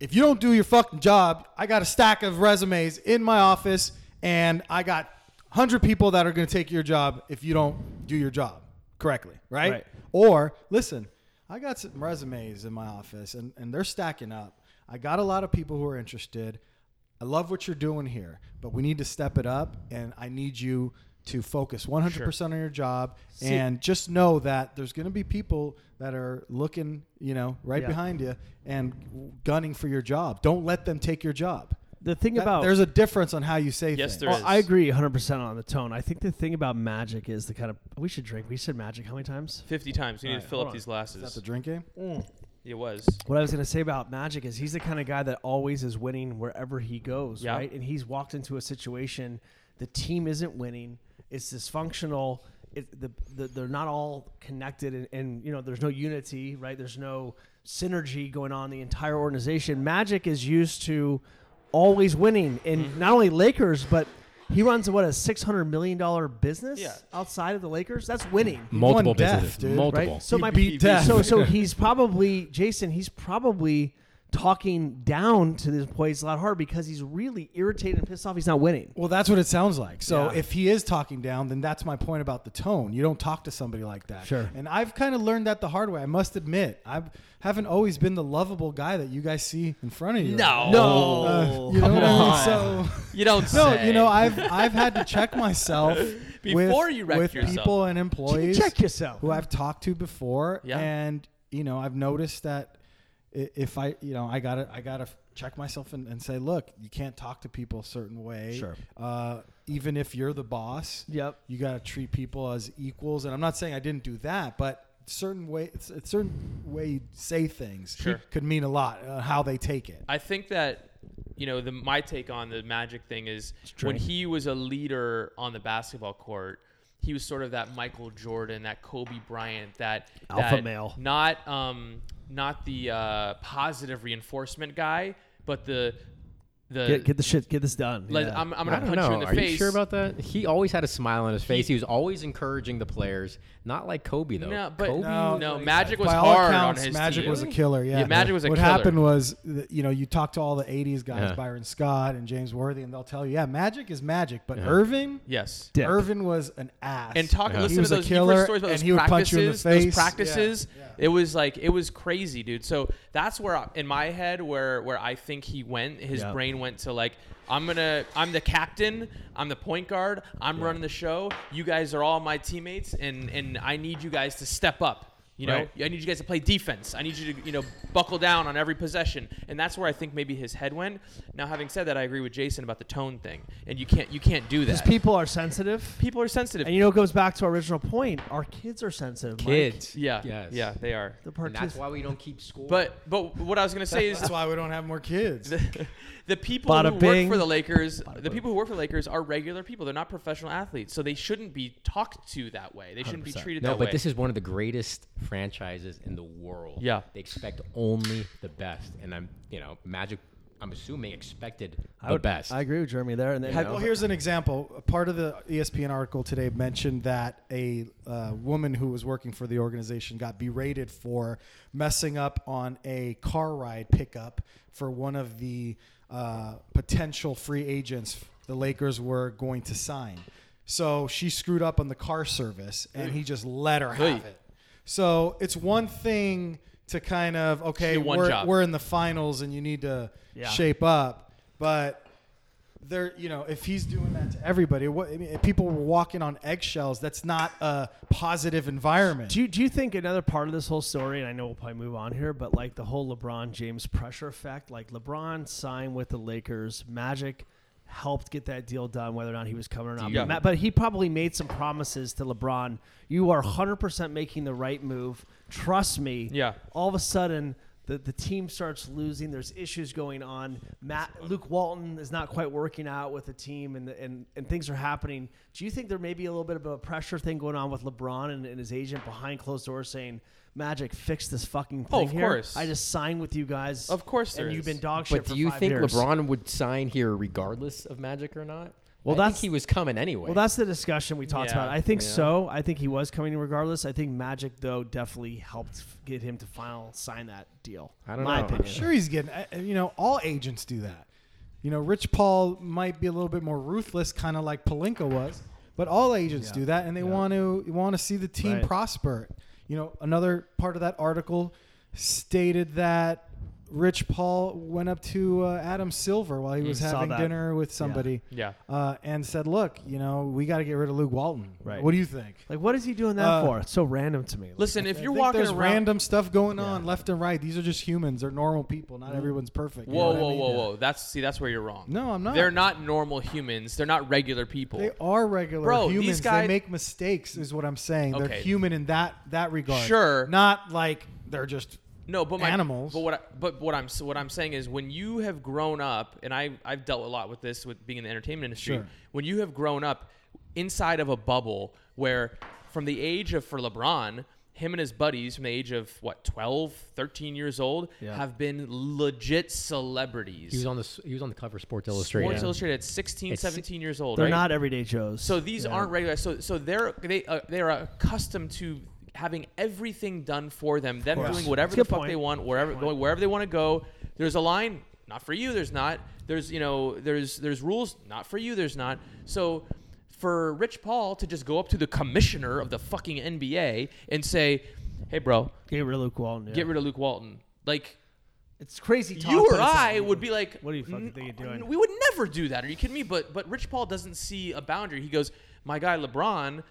"If you don't do your fucking job, I got a stack of resumes in my office, and I got hundred people that are going to take your job if you don't do your job correctly," right? Right. Or listen, I got some resumes in my office and, and they're stacking up. I got a lot of people who are interested. I love what you're doing here, but we need to step it up and I need you to focus 100% on your job and just know that there's going to be people that are looking, you know, right Yeah. behind you and gunning for your job. Don't let them take your job. The thing That- about there's a difference on how you say Yes, things. Oh, there is. I agree 100% on the tone. I think the thing about magic is the kind of we should drink. We said magic how many times? 50 times. You need All to right, fill hold up on. these Is glasses. that the drink game? it was. What I was going to say about magic is he's the kind of guy that always is winning wherever he goes, Yeah. right? And he's walked into a situation the team isn't winning, it's dysfunctional. It, the, the, they're not all connected and, and you know there's no unity right there's no synergy going on in the entire organization magic is used to always winning and Mm-hmm. not only lakers but he runs what a $600 million business Yeah. outside of the lakers that's winning Multiple won death, businesses. dude, right? multiple. Right? So You my beat death. So so he's probably Jason. He's probably talking down to the employees a lot harder because he's really irritated and pissed off. He's not winning. Well, that's what it sounds like. So Yeah. if he is talking down, then that's my point about the tone. You don't talk to somebody like that. Sure. And I've kind of learned that the hard way. I must admit, I haven't always been the lovable guy that you guys see in front of you. No. No. Uh, you know Come what I mean? on. So. You don't No, say. you know, I've I've had to check myself Before with, you wreck with yourself. people and employees Check yourself. who I've talked to before, Yeah. and you know, I've noticed that i- if I, you know, I gotta I gotta check myself and, and say, look, you can't talk to people a certain way. Sure. Uh, even if you're the boss, Yep. you gotta treat people as equals. And I'm not saying I didn't do that, but certain way, it's a certain way you say things Sure. could mean a lot uh, how they take it. I think that you know the my take on the magic thing is when he was a leader on the basketball court, he was sort of that Michael Jordan, that Kobe Bryant, that Alpha that male. not um not the uh, positive reinforcement guy, but the the Get, get the shit. Get this done. let- Yeah. I'm, I'm I gonna don't punch know. you in the Are face. you sure about that? He always had a smile on his face. He was always encouraging the players. Not like Kobe though. no, but Kobe, no, No, Magic was By all hard accounts, on his Magic team. was a killer. Yeah, Yeah, Magic was a what killer. happened was, th- you know, you talk to all the '80s guys, Yeah. Byron Scott and James Worthy, and they'll tell you, yeah, Magic is Magic, but Irvin, Yes. Dick. Irvin was an ass. And talk, He listen was to a those you've heard killer, stories about and those he would punch you in the practices. face. Those Yeah. practices, it was like it was crazy, dude. So that's where I, in my head where where I think he went, his Yeah. brain went to like, I'm gonna, I'm the captain, I'm the point guard, I'm running the show. You guys are all my teammates, and and I need you guys to step up. You know, Right. I need you guys to play defense. I need you to, you know, buckle down on every possession. And that's where I think maybe his head went. Now, having said that, I agree with Jason about the tone thing. And you can't, you can't do Because that. people are sensitive. people are sensitive. And you know, it goes back to our original point. Our kids are sensitive. Mike. kids. Yeah. Yes. Yeah, they are. The And that's partic- why we don't keep score. But but what I was gonna say is That's why we don't have more kids. the, the people Bada who bing. work for the Lakers, the people who work for the Lakers are regular people. They're not professional athletes, so they shouldn't be talked to that way. They shouldn't be 100%. treated no, that but way. this is one of the greatest franchises in the world. Yeah. They expect only the best, and I'm you know Magic. I'm assuming expected I the would, best. I agree with Jeremy there. And then, you know, Well, here's an example. A part of the E ESPN article today mentioned that a uh, woman who was working for the organization got berated for messing up on a car ride pickup for one of the uh, potential free agents the Lakers were going to sign. So she screwed up on the car service, and he just let her have Hey. it. So it's one thing to kind of okay, did one we're, job. we're in the finals, and you need to Yeah. shape up, but there you know if he's doing that to everybody what I mean, if people were walking on eggshells that's not a positive environment Do you, do you think another part of this whole story, and I know we'll probably move on here, but like the whole LeBron James pressure effect, like LeBron signed with the Lakers, Magic helped get that deal done, whether or not he was coming or not. Yeah. But, Ma- but he probably made some promises to LeBron. You are 100% making the right move. Trust me. Yeah. All of a sudden, the, the team starts losing. There's issues going on. Matt Luke Walton is not quite working out with the team, and, and and things are happening. Do you think there may be a little bit of a pressure thing going on with LeBron and, and his agent behind closed doors saying, "Magic, fix this fucking thing Oh, of here. course. I just signed with you guys. Of course there and you've is. been dog shit But for do you five think years. LeBron would sign here regardless of Magic or not? Well, I think that's- he was coming anyway. Well, that's the discussion we talked Yeah. about. I think Yeah. so. I think he was coming regardless. I think Magic though definitely helped f- get him to final sign that deal. I don't My know. opinion. sure he's getting I- you know all agents do that you know rich paul might be a little bit more ruthless kind of like palinka was but all agents do that and they want to want to see the team Right. prosper you know, another part of that article stated that Rich Paul went up to uh, Adam Silver while he was saw having that. dinner with somebody Yeah. uh, and said, "Look, you know, we got to get rid of Luke Walton. Right. What do you think?" Like, what is he doing that Uh, for? It's so random to me. Listen, if I you're think walking there's around, random stuff going on Yeah. Mm-hmm. left and right. These are just humans. They're normal people. Not everyone's perfect. you know whoa, what I whoa, mean? whoa, whoa. That's see, that's where you're wrong. No, I'm not. They're not normal humans. They're not regular people. They are regular Bro, these humans. guys- they make mistakes, is what I'm saying. They're Okay. human in that that regard. Sure. Not like they're just. No, but my, Animals. But what? I, but what I'm what I'm saying is when you have grown up, and I I've dealt a lot with this with being in the entertainment industry. Sure. When you have grown up inside of a bubble where from the age of for LeBron. Him and his buddies from the age of what 12, 13 years old have been legit celebrities. He was on the s- he was on the cover of Sports Illustrated. Sports Illustrated at 16, It's- 17 years old. They're right? not everyday Joes. So these aren't regular. So so they're they uh, they are accustomed to having everything done for them. Them doing whatever the Good fuck point. they want, wherever going wherever they want to go. There's a line, not for you. There's not. There's you know there's there's rules, not for you. There's not. So. For Rich Paul to just go up to the commissioner of the fucking NBA and say, "Hey, bro, get rid of Luke Walton. yeah. get rid of Luke Walton," like It's crazy. Talk, you but or it's I like- would be like, What do you fucking "N- think you're doing?" We would never do that. Are you kidding me? But but Rich Paul doesn't see a boundary. He goes, my guy LeBron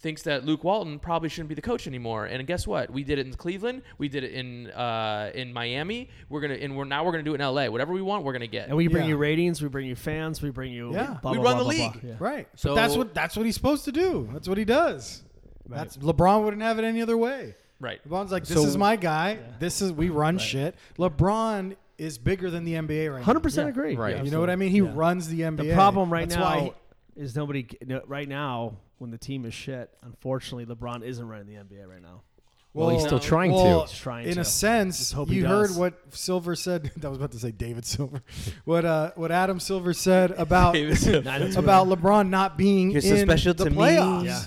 thinks that Luke Walton probably shouldn't be the coach anymore. And guess what? We did it in Cleveland. We did it in uh, in Miami. We're gonna and we're now we're gonna do it in L.A. Whatever we want, we're gonna get. And we bring Yeah. you ratings. We bring you fans. We bring you. Yeah. blah, We blah, run blah, the blah, league. blah. Yeah. Right. But So- that's what that's what he's supposed to do. That's what he does. That's LeBron wouldn't have it any other way. right. LeBron's like, this So- is my guy. This is we run shit. LeBron is bigger than the NBA right now. Hundred percent agree. Right. Yeah, You know what I mean? He Yeah. runs the NBA. absolutely. The problem right That's why now he- is nobody. g- no, Right now, when the team is shit, unfortunately, LeBron isn't running the NBA right now. Well, he's still trying to. well, He's trying in to. a sense, Just hope he you does. heard what Silver said. I was about to say David Silver. What uh, what Adam Silver said about about LeBron not being You're in so special the to me. playoffs. Yeah.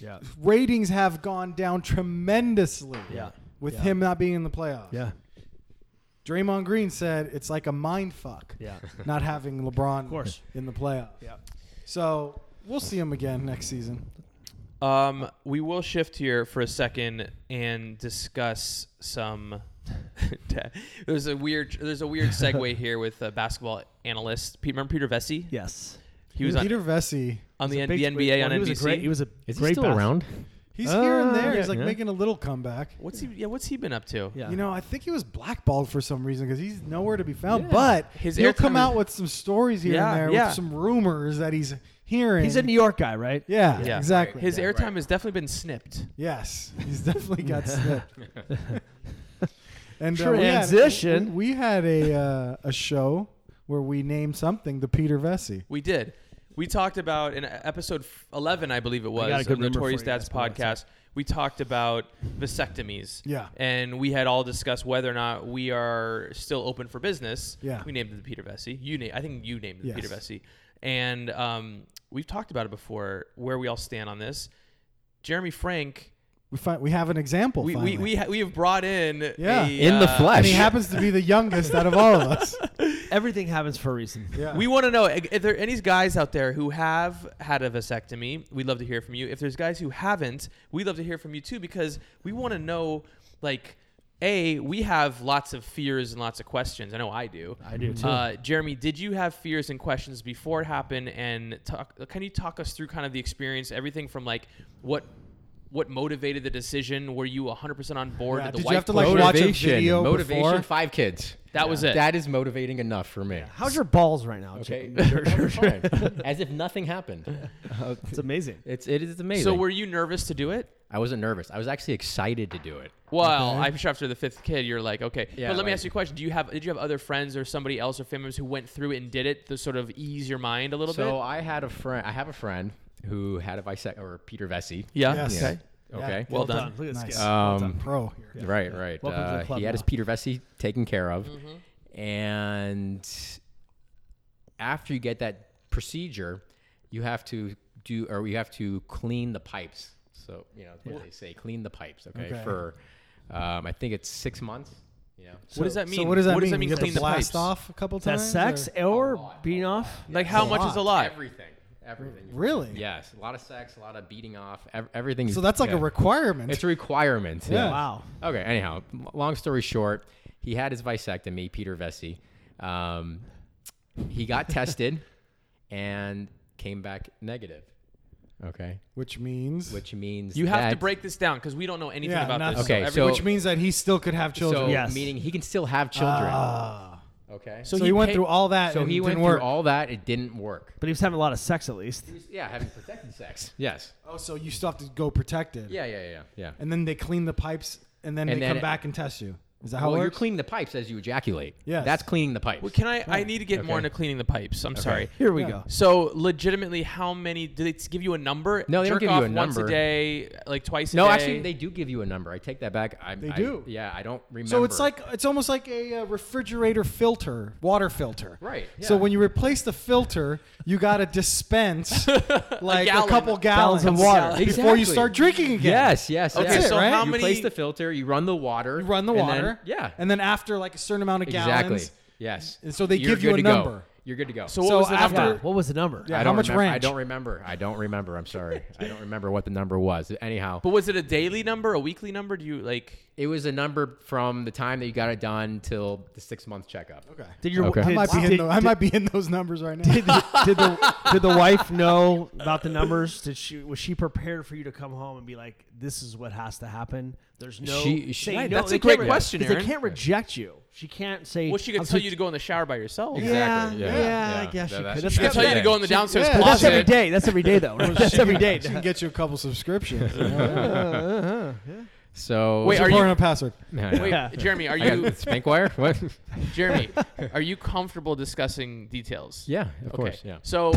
Yeah. Ratings have gone down tremendously. Yeah. With Yeah. him not being in the playoffs. Yeah. Draymond Green said it's like a mind fuck Yeah. not having LeBron course. in the playoffs. Yeah. So we'll see him again next season. Um, we will shift here for a second and discuss some. there's a weird there's a weird segue here with a basketball analyst. Pe- Remember Peter Vesey? Yes. He was on, Peter Vesey. on the, He's a N- big- the NBA on well, he NBC. Was a great, he was a Is great he still bas- around? He's here and Uh, there. yeah, He's like yeah. making a little comeback. What's he? Yeah, what's he been up to? Yeah. You know, I think he was blackballed for some reason because he's nowhere to be found. Yeah. But His he'll airtime come is- out with some stories here Yeah, and there yeah. with some rumors that he's hearing. he's a New York guy, right? yeah, Yeah. exactly. His Yeah, airtime right. has definitely been snipped. yes, he's definitely got snipped. and uh, Transition. we had, we had a uh, a show where we named something the Peter Vesey. We did. We talked about in episode f- eleven, I believe it was, got a good of the number Notorious for you Dads guys, but podcast. that's We talked about vasectomies. Yeah. And we had all discussed whether or not we are still open for business. Yeah. We named it the Peter Vesey. You name. I think you named it the Yes. Peter Vesey. And um, we've talked about it before, where we all stand on this. Jeremy Frank. We find we have an example. We we finally. we, ha- we have brought in Yeah. a, In the uh, flesh. and he happens to be the youngest out of all of us. Everything happens for a reason. Yeah. We want to know if there are any guys out there who have had a vasectomy. We'd love to hear from you. If there's guys who haven't, we'd love to hear from you too because we want to know, like, a we have lots of fears and lots of questions. I know I do. I do too. Uh, Jeremy, did you have fears and questions before it happened? And talk, can you talk us through kind of the experience, everything from like what what motivated the decision? Were you 100% on board? Yeah, Did the did you wife have to, like, push you? watch a motivation, video motivation, before? five kids. That was it. That is motivating enough for me. How's your balls right now? Okay, Jim? Fine. as if nothing happened. It's amazing. It's it is amazing. so were you nervous to do it? I wasn't nervous. I was actually excited to do it. Well, I'm sure after the fifth kid, you're like, okay. Yeah, but let me like- ask you a question: Do you have did you have other friends or somebody else or family members who went through it and did it to sort of ease your mind a little So bit? I had a friend. I have a friend who had a bisect or Peter Vesey. Yeah. Yes. Okay. Okay. Well done. Look at this Nice. guy. Um, Pro here. Right, right. Welcome to the Uh, club he had his now. Peter Vesey taken care of, and after you get that procedure, you have to do or you have to clean the pipes. So you know what they say: clean the pipes. Okay, Okay. for um, I think it's six months. You know, what does that mean? So what does that mean? you Clean get to the blast pipes? off a couple Is that times? sex or- or being off? Like how a much is lot. a lot? everything. Everything. Really? Yes. A lot of sex, a lot of beating off. Ev- everything. So that's like yeah. a requirement. It's a requirement. Yeah. Wow. Okay. Anyhow, m- long story short, he had his vasectomy. Peter Vesey. Um, he got tested and came back negative. Okay. which means Which means You have to that- break this down because we don't know anything Yeah, about not- this. Okay, every- so- which means that he still could have children. So Yes. meaning he can still have children. okay. Ah. So, he, went paid- through all that. So and he didn't went work. through all that. It didn't work. But he was having a lot of sex at least. Yeah, having protected sex. Yes. Oh, so you still have to go protected. Yeah, yeah, yeah, yeah. And then they clean the pipes, and then And they then come it- back and test you. Is that how well, it you're works? cleaning the pipes as you ejaculate. Yes. That's cleaning the pipes. Well, can I? I need to get more Okay. into cleaning the pipes. I'm sorry. Here we Yeah. go. So, legitimately, how many? Do they give you a number? No, they don't Jerk give you off a once a number. day, like twice a no, day. actually, they do give you a number. I take that back. I, They I- do. Yeah, I don't remember. So it's like it's almost like a uh, refrigerator filter, water filter. Right, So yeah. when you replace the filter, you got to dispense like a, gallon. couple gallons, Gallons of water water. before you Exactly. start drinking again. Yes, yes. Okay, yes. so Right? how you many- place the filter, you run the water, You run the and water. then- yeah, And then after like a certain amount of exactly. gallons. Yes. And so they You're give you good to a go. number. You're good to go. So what So was the after- number? What was the number? Yeah, I how don't much remember, I ranch? don't remember. I don't remember. I'm sorry. I don't remember what the number was. Anyhow, But was it a daily number, a weekly number? Do you like? it was a number from the time that you got it done till the six month checkup. Okay. Did your Okay. did, I might be did, in tho- I did- might be in those numbers right now. did the, did the did the wife know about the numbers? Did she was she prepared for you to come home and be like, "This is what has to happen"? There's no. She- she- they Right, know- that's a they can't great re- question, 'cause Aaron. They can't reject you. She can't say. Well, she could I'm tell so- you to go in the shower by yourself. Yeah, Exactly. yeah, Yeah, I yeah. guess Yeah, she that's- could. that's She could Yeah. tell you to go in the She- downstairs yeah, But that's every closet. day. That's every day, though. that's every day. She can get you a couple subscriptions. you know? So Wait, Put are her you- on a password. No, no. Wait, Yeah. Jeremy, are I got you spank wire? What? Jeremy? Are you comfortable discussing details? Yeah, of Okay. course. Yeah. So,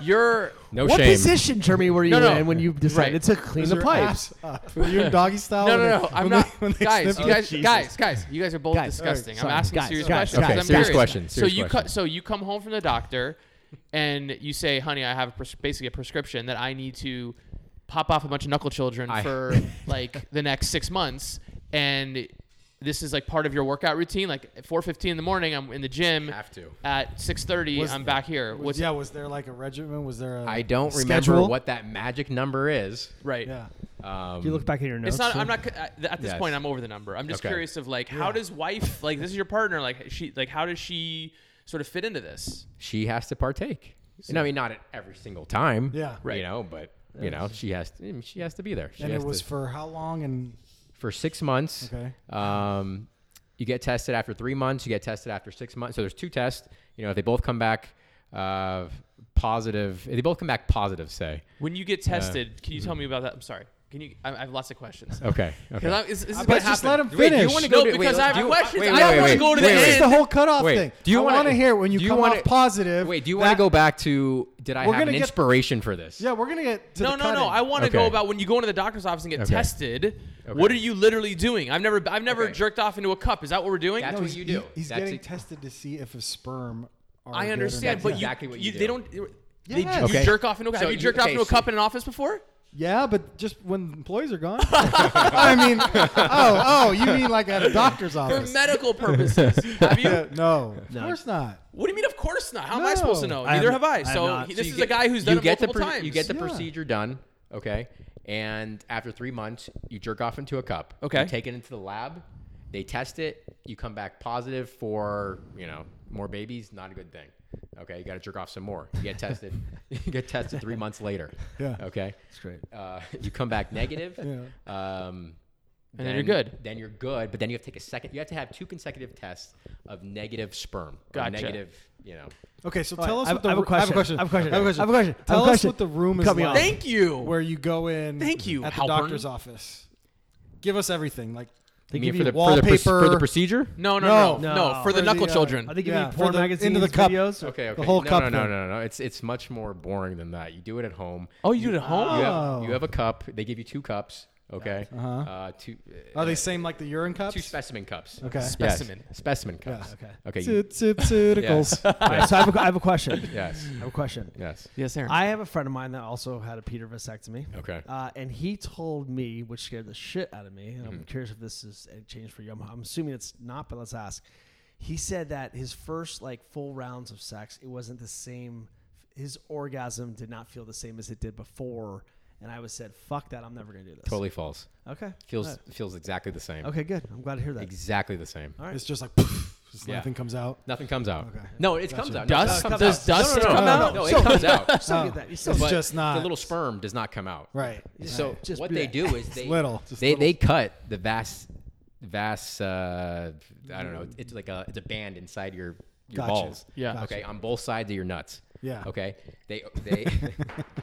you're No what shame. position, Jeremy, were you No, no. in when you decided Right. to clean Is the your pipes? ass up? Were you in doggy style? No, when no, they- no. I'm when they- not. when they guys, snip you you? guys, guys, guys, you guys are both Guys, disgusting. sorry, I'm asking guys, serious guys, questions. guys, 'cause I'm serious curious. question, serious so you question. Cu- so you come home from the doctor, and you say, "Honey, I have a pres- basically a prescription that I need to pop off a bunch of knuckle children I- for like the next six months," and this is like part of your workout routine. Like at 4:15 in the morning, I'm in the gym. Have to. At 6:30, Was- I'm back here. Was- What's yeah, was there like a regimen? Was there a I don't schedule? remember what that magic number is. right? Yeah. Um, Do you look back at your notes? It's not. sir? I'm not. c- At at this Yes. point, I'm over the number. I'm just Okay. curious of like, how does wife like this is your partner? Like she like how does she sort of fit into this? she has to partake. And I mean, not at every single time. Yeah. Right. You know, but you know, she has to. I mean, She has to be there. She And has it was to, for how long? And for six months. Okay. Um, you get tested after three months. You get tested after six months. So there's two tests. You know, if they both come back uh, positive, if they both come back positive, say. When you get tested, can you tell me about that? I'm sorry. Can you? I, I have lots of questions. Okay. Okay. 'Cause I- this- this is I gonna bet- just happen. let him Wait, do you finish. wanna No, go to- wait, because I have do you- questions. wait, I wait, don't wait, wanna wait, go to wait, the wait. It's the end. whole cutoff Wait, thing. do you I wanna- want to hear when you do you come wanna- off positive. Wait, do you that- want to go back to? Did I We're have gonna an get- inspiration for this? Yeah, we're gonna get to No, the no, no. cutting. I want to go Okay. about when you go into the doctor's office and get Okay. tested. What are Okay. you literally doing? I've never, I've never Okay. jerked off into a cup. Is that what we're doing? That's No, what he's- you do. he- he's That's getting it. tested to see if his sperm. Are good I or understand, not. but yeah. exactly you, what you, you they do. don't. They, Yes. You Okay. jerk off into a cup. So Have you you- jerked off okay, into a so- cup in an office before? yeah, but just when employees are gone. I mean, oh, oh, you mean like at a doctor's For office? medical purposes. have you? Yeah, no, of course not. What do you mean? Of course not. How am I No. supposed to know? I Neither have- have I. I have so not. he, So this you is get- a guy who's done you it get the multiple pro- times. You get the Yeah. procedure done, okay? And after three months, you jerk off into a cup. Okay. You take it into the lab. They test it. You come back positive for you know more babies. Not a good thing. Okay, you got to jerk off some more. You get tested. you get tested three months later. Yeah. Okay. That's great. Uh, you come back negative. Um, And then you're good. Then you're good. But then you have to take a second. You have to have two consecutive tests of negative sperm. or Gotcha. Negative. You know. Okay, so tell us I- what the I have a ru- question. I have a question. I have a question. I have a question. I have a Tell us question. what the room is Cut me like off. Thank you. where you go in. Thank you, at the Halpern. doctor's office. Give us everything, like They You give mean you for the, for the, proce- for wallpaper. the procedure? no, no, no, No. Oh, no, No. For the For the, knuckle uh, children. Are they giving Yeah, you for porn the- into magazines, the cup. videos? Okay, okay. whole no, cup No, no, thing. no, no, no. It's it's much more boring than that. You do it at home. oh, you do it at home. You, Oh. have, you have a cup. They give you two cups. Okay. Uh-huh. Uh, two. Are they same like the urine cups? two specimen cups? Okay. Yes, Specimen. Specimen cups. Yeah. Okay. you- Pharmaceuticals. All right, so I have, a, I have a question. yes. I have a question. Yes. Yes, Aaron. I have a friend of mine that also had a Peter vasectomy. Okay. Uh, and he told me, which scared the shit out of me, and Mm-hmm. I'm curious if this is a change for Yamaha. I'm assuming it's not, but let's ask. He said that his first like full rounds of sex, it wasn't the same. his orgasm did not feel the same as it did before, and I was said, "Fuck that! I'm never gonna do this." Totally false. Okay. Feels All right. feels exactly the same. Okay. Good. I'm glad to hear that. Exactly the same. All right. It's just like poof, just Yeah. nothing comes out. Nothing comes out. Okay. No, it comes out. No, Dust? it comes Does out. dust no, no, no, come no, out? No, no, it comes out. You still get Oh. that. You still It's But just not the little sperm does not come out. right. So Just what bleh. they do is they little, just they, little. they cut the vast vast uh, I don't know it's like a it's a band inside your your Gotcha. balls Yeah. Gotcha. okay on both sides of your nuts Yeah. okay they they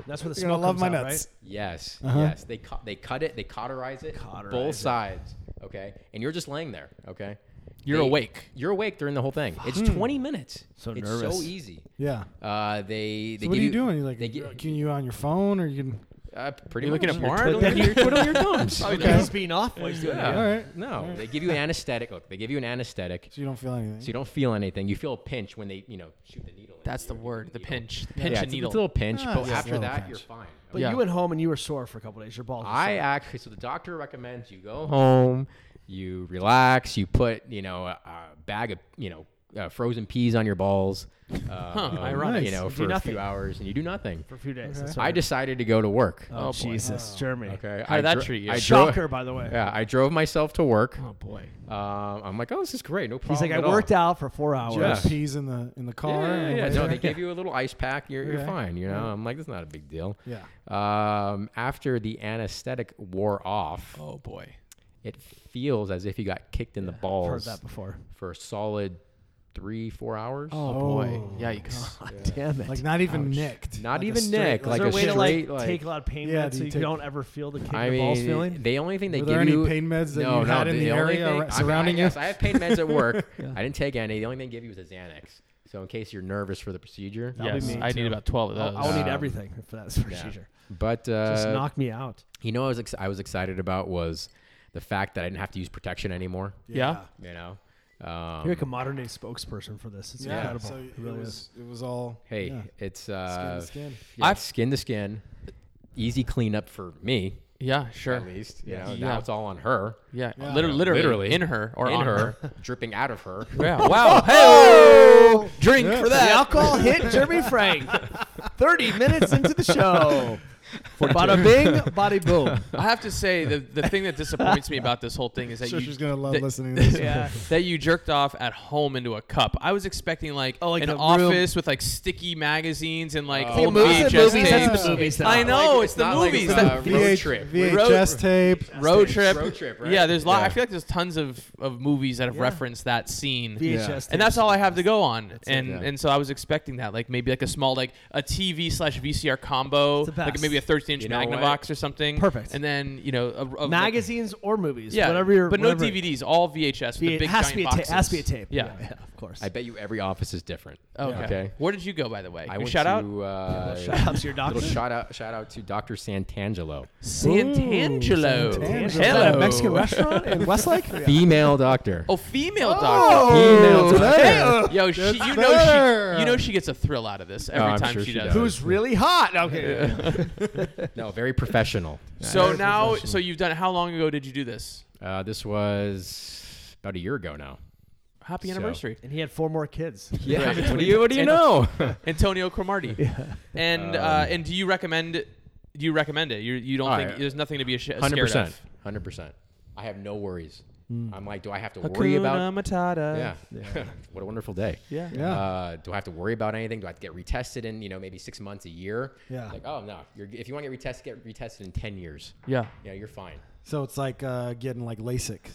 That's where the You're gonna smoke love comes my out, nuts. right? yes Uh-huh. yes they cut they cut it they cauterize it Cauterize both it. sides okay and you're just laying there okay You're They- awake. you're awake during the whole thing Hmm. it's 20 minutes So it's nervous. so easy Yeah. uh, they, they So what are give you doing? You like, they gi- can you on your phone or you can? uh, pretty You much looking at You're porn? twiddling your, twiddling your thumbs Oh, Okay. He's being off while he's doing Yeah. it. All right. No, they give you an anesthetic. Look, they give you an anesthetic, So you don't feel anything. so you don't feel anything. You feel a pinch when they, you know, shoot the needle. in That's you. the word, the Needle. pinch. Yeah, Pinch it's- and needle. It's a little pinch, Ah, but yeah. after Little that, pinch. you're fine. But Yeah. you went home and you were sore for a couple days. Your balls. were I sore. actually, so the doctor recommends you go home, you relax, you put, you know, a, a bag of, you know, uh, frozen peas on your balls, uh, ironic. you know, You do for a nothing. few hours, and you do nothing. for a few days. Okay. That's I right. decided to go to work. Oh, Oh, boy. Jesus, Germany. Okay, How did I that treat you? I drove, Shocker, by the way. yeah, I drove myself to work. oh boy. Um, I'm like, oh, this is great. No problem. He's like, I at all." worked out for four hours. Did you have Yeah. peas in the in the car? Yeah, on yeah, the yeah. way No, there? they give you a little ice pack. You're, you're Okay. fine. You know, I'm like, that's not a big deal. yeah. Um, after the anesthetic wore off, Oh boy. it feels as if you got kicked in the I've heard balls that before. for a solid three, four hours. Oh, boy. Yikes. Damn it. Like not even nicked. Not Like a even straight- nicked, Is like there a a way to straight, like, like- take a lot of pain Yeah, meds do so you you take- don't ever feel the kick I in the mean, balls feeling? the only thing they Were give there any you pain meds that no, you no, had in the, only area thing- ar- I mean, surrounding I, you? yes, I have pain meds at work. I didn't take any. The only thing they give you was a Xanax. So in case you're nervous for the procedure, That'll be Yes, me, I too. need about 12 of those. I'll, I'll need Um, everything for that procedure. but uh, Just knock me out. You know, what I was ex- I was excited about was the fact that I didn't have to use protection anymore. Yeah. You know, um, You're like a modern day spokesperson for this. It's Yeah. incredible. So it it really is. was it was all hey, yeah, it's skin uh, to skin. yeah, I've- skin to skin, easy cleanup for me Yeah, sure. at least. You know, Yeah. now it's all on her, Yeah, Yeah. Liter- literally, Literally. in her or in on her. her, dripping out of her. yeah. Wow. Hey. Drink Yeah. for that. The alcohol hit Jeremy Frank. 30 minutes into the show. Bada bing, bada boom. I have to say the the thing that disappoints me about this whole thing is that Sure, you she's gonna love that- listening to this. Yeah. that you jerked off at home into a cup. I was expecting like, Oh, like an the room- office with like sticky magazines and like Oh. old Like movies- VHS movies, that's tapes. the movies I now. know Like, it's the not like movies. it's, uh, that- road VH, trip. VHS tape. road trip. Road trip, right? Yeah, there's a lot. I Yeah. feel like there's tons of, of movies that have Yeah. referenced that scene. VHS. And that's all I have to go on, and Yeah. and so I was expecting that, like maybe like a small like a TV slash VCR combo, It's the like best. maybe a 13 inch You know Magnavox or something, Perfect. and then you know a, a- like- Magazines or movies. yeah, Whatever your but no whatever- DVDs, all VHS, Be- the big has giant to be a tape. boxes. Has to be a tape. Yeah. of course. I bet you every office is different. Okay. Okay. Where did you go, by the way? I Good went shout to, out Uh, Shout out to your doctor. little shout out, shout out to Dr. Santangelo, Oh. Santangelo. Santangelo. Hello. Mexican restaurant in Westlake. female doctor. Oh, female Oh, doctor. Female there. Yo, she, That's you know better. she, you know she gets a thrill out of this every Oh, I'm time sure she she does. does. Who's really hot? Okay. No, very professional. So now, so you've done. How long ago did you do this? Uh, this was about a year ago now. Happy So- anniversary, And he had four more kids. Yeah. Right. What do you What do you know? Antonio Cromartie. And uh, Um, and do you recommend? Do you recommend it? You you don't Oh, think yeah. there's nothing to be ash- Hundred scared percent. of? Hundred percent. I have no worries. I'm like, do I have to worry about? Matata. Yeah. what a wonderful day. Yeah. Yeah. Uh, do I have to worry about anything? Do I have to get retested in you know maybe six months a year? Yeah. Like, oh no, you're, if you want to get retested, get retested in ten years. Yeah. Yeah, you're fine. So it's like uh, getting like LASIK.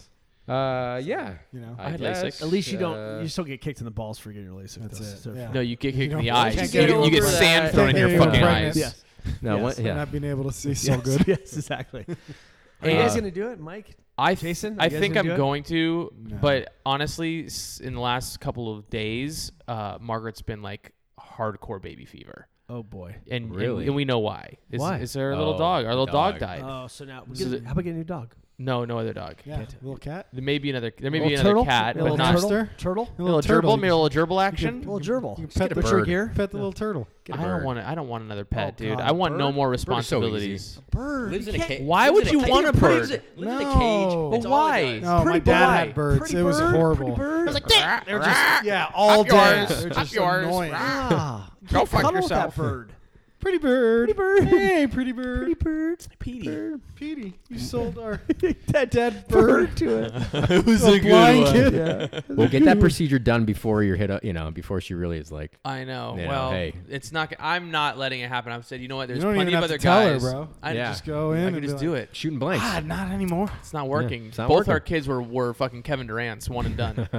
Uh, yeah. You know? I had LASIK. guess. At least you Uh, don't. You still get kicked in the balls for getting your LASIK. That's though, it, so- yeah. No, you get kicked in the You eyes. don't- You Can't get, get you get over sand that. thrown in Can't your get over fucking eyes. pregnant. Yes. no, Yes. what- yeah. Not being able to see so yes, good. Yes, exactly. Are you And- guys gonna do it, Mike? I Jason, I you guys think gonna I'm do it? going to, No. but honestly, s- in the last couple of days, uh, Margaret's been like hardcore baby fever, Oh boy. and and- Really? and, we know why. Is, Why? is there a little Oh, dog? Our little dog. dog, died. Oh, so now we This get, is how about getting a new dog? No, no other dog. Yeah, little cat, There may be another. There may be Little another turtle? cat, Little but not turtle? turtle, a little, gerbil. Maybe a little gerbil a action. little gerbil. You Just pet get the butcher bird. gear. pet the little turtle. Get a I don't bird. want. to I don't want another pet, dude. God, I want no bird? more so responsibilities. easy. Bird. Lives You in a can't- cage. Why would you want a bird? Lives in, lives in a No. cage. That's all But it why? does. No, my Pretty dad boy. had birds. Pretty it was bird, horrible. pretty bird. They're just yeah, all Up day. yours. They're Up just yours. annoying. Ah, you Go can't fuck cuddle with yourself. That bird. Pretty bird. Pretty bird. Hey, pretty bird. Pretty bird. Petey. Petey, you sold our That dead bird bird. to it. It was a blind kid. Yeah. Well, get that procedure done before you're hit. Up, you know, before she really is like. I know. You know, well, hey. it's not. g- I'm not letting it happen. I've said, you know what? There's don't plenty even of have to other tell her, guys. bro. I Yeah. Just go in. I and can be just like, do it. Shooting blanks. God, Ah, not anymore. It's not working. it's not Both working. our kids were were fucking Kevin Durant's one and done.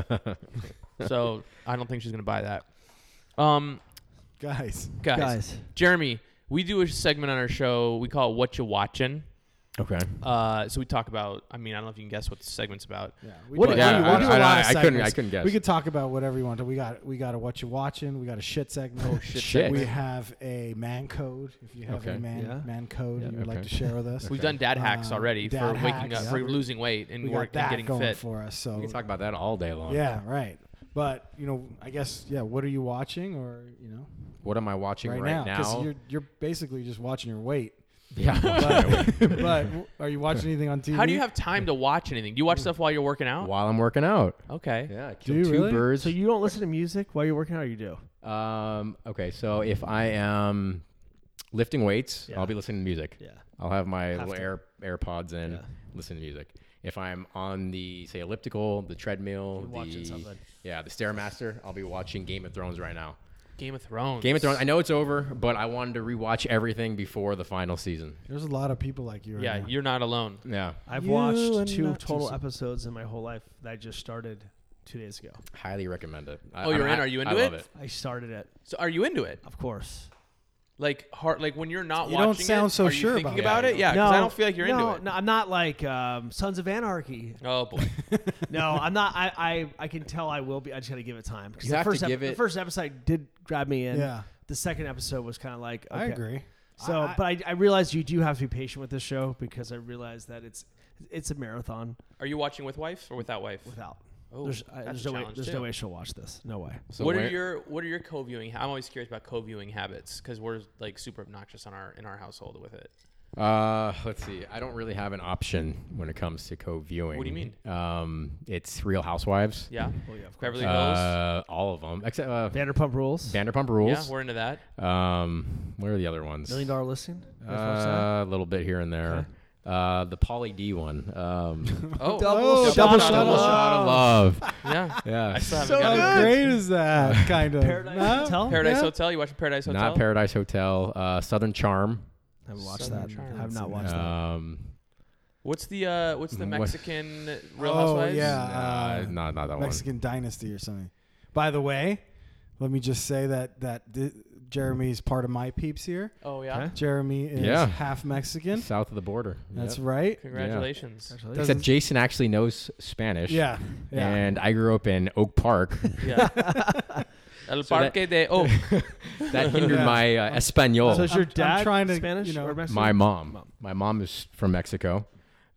so I don't think she's gonna buy that. Um, Guys, guys, Guys. Jeremy, we do a segment on our show. We call it "What You Watching." Okay. Uh, so we talk about. I mean, I don't know if you can guess what the segment's about. Yeah, we What do, do- yeah, Yeah, we I- do a I- lot I of couldn't- segments. I couldn't guess. We could talk about whatever you want to. We got we got a what you watching. We got a shit segment. Oh shit Shit. We segment. have a man code. If you have Okay. a man Yeah. man code you would like Okay. to share with us, We've done dad hacks Uh, already dad for waking hacks. up, for losing weight, and we work got that and getting going fit. for us. We So can talk about that all day long. yeah, right. But you know, I guess yeah. What are you watching, or you know, What am I watching right, right, now? you're you're basically just watching your weight. yeah. But, but are you Mm. watching anything on TV? How do you have time to watch anything? Do you watch stuff while you're working out? While I'm working out. Okay. Yeah. I you Kill two really? birds. So you don't listen to music while you're working out, or you do? Um, okay, so if I am lifting weights, I'll be listening to music. Yeah. I'll have my little air AirPods in, listen to music. If I'm on the say elliptical, the treadmill, the watching something. yeah, the stairmaster, I'll be watching Game of Thrones right now. Game of Thrones. Game of Thrones. I know it's over, but I wanted to rewatch everything before the final season. There's a lot of people like you. Right Yeah, now. you're not alone. Yeah, I've You and watched two not too total soon. episodes in my whole life that I just started two days ago. highly recommend it. I, Oh, you're I- in? Are you I into love it? I started it, So are you into it? of course. Like heart like when you're not You don't watching sound it, so are sure you thinking about about it. it? Yeah, because I don't feel like you're no, into it. No, I'm not like um, Sons of Anarchy. Oh boy. No, I'm not. I, I, I can tell I will be. I just got to give it time. 'Cause You the have to first give The it- first episode did grab me in. Yeah. The second episode was kind of like. Okay. I agree. So, I- I- but I, I realized you do have to be patient with this show because I realized that it's it's a marathon Are you watching with wife or without wife? without. Oh, there's I, that's there's, a no way, challenge there's too. no way she'll watch this. No way. So what where- are your what are your co-viewing? I'm always curious about co-viewing habits because we're like super obnoxious on our in our household with it. Uh, let's see. I don't really have an option when it comes to co-viewing. What do you mean? Um, it's Real Housewives. Yeah, Oh yeah, of course. Beverly Hills. Uh, all of them except uh, Vanderpump Rules. Vanderpump yeah, Rules. we're into that. um, what are the other ones? Million Dollar Listing. You guys watch that? Uh, a little bit here and there. Uh, the Polly D one. Um, Oh, Double Double Shot Shot of Double Shot of Love. yeah. Yeah. I still haven't So gotten How good. there. great is that? Kind of. Paradise No? Hotel. Paradise Yeah. Hotel. You watching Paradise Hotel? Not Paradise Hotel. Uh, Southern Charm. I haven't watched Southern that. Charm. I have not watched that. Um, What's the uh, what's the What- Mexican Real Oh, Housewives? uh, yeah. Uh, not not that Mexican Dynasty or something. By the way, let me just say that that di- Jeremy's part of my peeps here. Oh yeah. Okay. Jeremy is Yeah. half one. Mexican. South of the border. That's Yep. right. Congratulations. Congratulations. Except Jason actually knows Spanish. Yeah. Yeah. And I grew up in Oak Park. Yeah. El So that- Parque de oh, Oak. that hindered Yeah. my uh, Espanol. So is I'm- your I'm dad trying to, Spanish you know, or Mexican? my mom. Mom. My mom is from Mexico.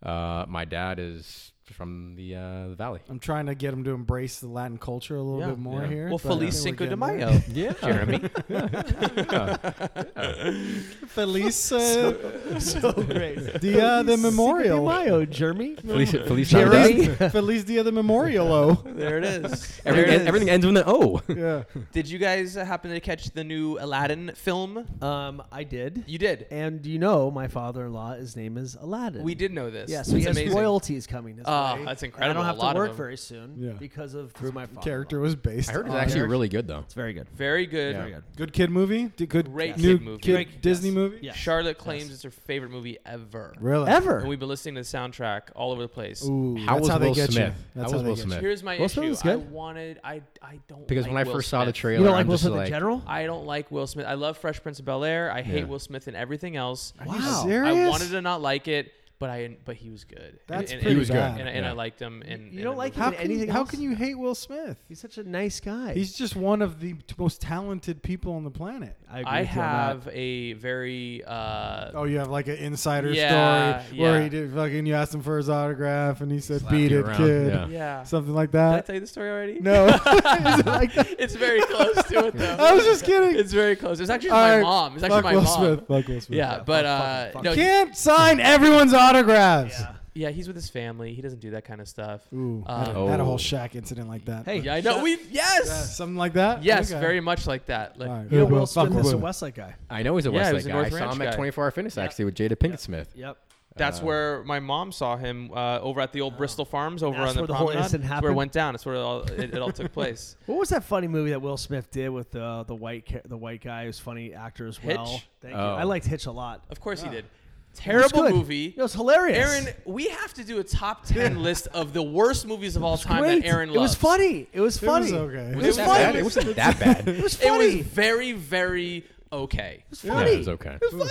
Uh, my dad is from the, uh, the valley. I'm trying to get him to embrace the Latin culture a little Yeah. bit more Yeah. here. Well, but I think Feliz we're Cinco de getting there. Mayo. Yeah, Jeremy. Feliz uh, so great. Dia de uh, Memorial. Mayo, Jeremy. Feliz, Feliz Navidad. Feliz, Feliz Dia de Memoriolo. there it is. There Everything, it is. everything ends with an O. yeah. Did you guys uh, happen to catch the new Aladdin film? Um, I did. You did. And you know, my father-in-law, his name is Aladdin. We did know this. Yes, it's he has amazing. royalties coming. This Ah, way. that's And incredible. I A don't have lot to of work them. very soon Yeah. because of through my father. Character was based. I heard it's on- actually really good though. It's very good. Very good. Yeah. Very good. good kid movie. D- good Great new kid movie. kid Great- Disney yes. movie. Yes. Charlotte claims it's her favorite movie ever. Really? Ever. And we've been listening to the soundtrack all over the place. Ooh, How that's was how they Will get Smith? How you. That's was how they Will get Smith? Here's my Will Smith issue. was I good. wanted. I I don't. Because like when I Will first saw the Smith. trailer, you don't like I'm Will just Smith like, in general? I don't like Will Smith. I love Fresh Prince of Bel Air. I hate Will Smith and everything else. you. Wow. Serious? I wanted to not like it. but I but he was good. That's and, and, pretty he was bad. good, and, and I Yeah. liked him. And You and don't it like was- How And can anything how else? can you hate Will Smith? He's such a nice guy. He's just one of the t- most talented people on the planet. agree I with you on that. have a very uh, Oh, you have like an insider Yeah, story where yeah. he did fucking. You asked him for his autograph, and he said, Slapped "Beat you it, around, kid," yeah. yeah. something like Did I that. tell you the story already? No, Is it like that? it's very close to it though. I was just kidding. It's very close. It's actually All my right, mom. It's actually Fuck my Will mom. Smith. Fuck Will Smith. Yeah, Yeah, but fuck, uh, fuck, fuck. no, he- Can't sign everyone's autographs. Yeah. yeah, he's with his family. He doesn't do that kind of stuff. Ooh, Um, had, a, had a whole Oh. Shaq incident like that. Hey, Yeah, I know. shut- We Yeah, yes, something like that. yes, Okay. very much like that. Like, All right. You know, Yeah, Will fuck Smith is a Will. Westlake guy. I know he's a Yeah, he Westlake was a guy. North I saw Ranch him guy. at 24 Hour Fitness Yeah. actually with Jada Pinkett Smith. Yep. That's Uh, where my mom saw him uh, over at the old Bristol Farms over Oh. That's on the where the whole promenade. That's incident where it happened? went down. That's where it all, it, it all took place. What was that funny movie that Will Smith did with uh, the the white ca- the white guy who's funny actor as well? Hitch? Thank you. Oh. I liked Hitch a lot. Of course he did. It was Terrible good. movie. It was hilarious. Aaron, we have to do a top ten list of the worst movies of all time Great. that Aaron It was loves. funny. It was It was funny. okay. Was It was that funny. bad? It It was wasn't that bad. it was It funny. was very, very okay. It was Yeah, funny. it was okay. It was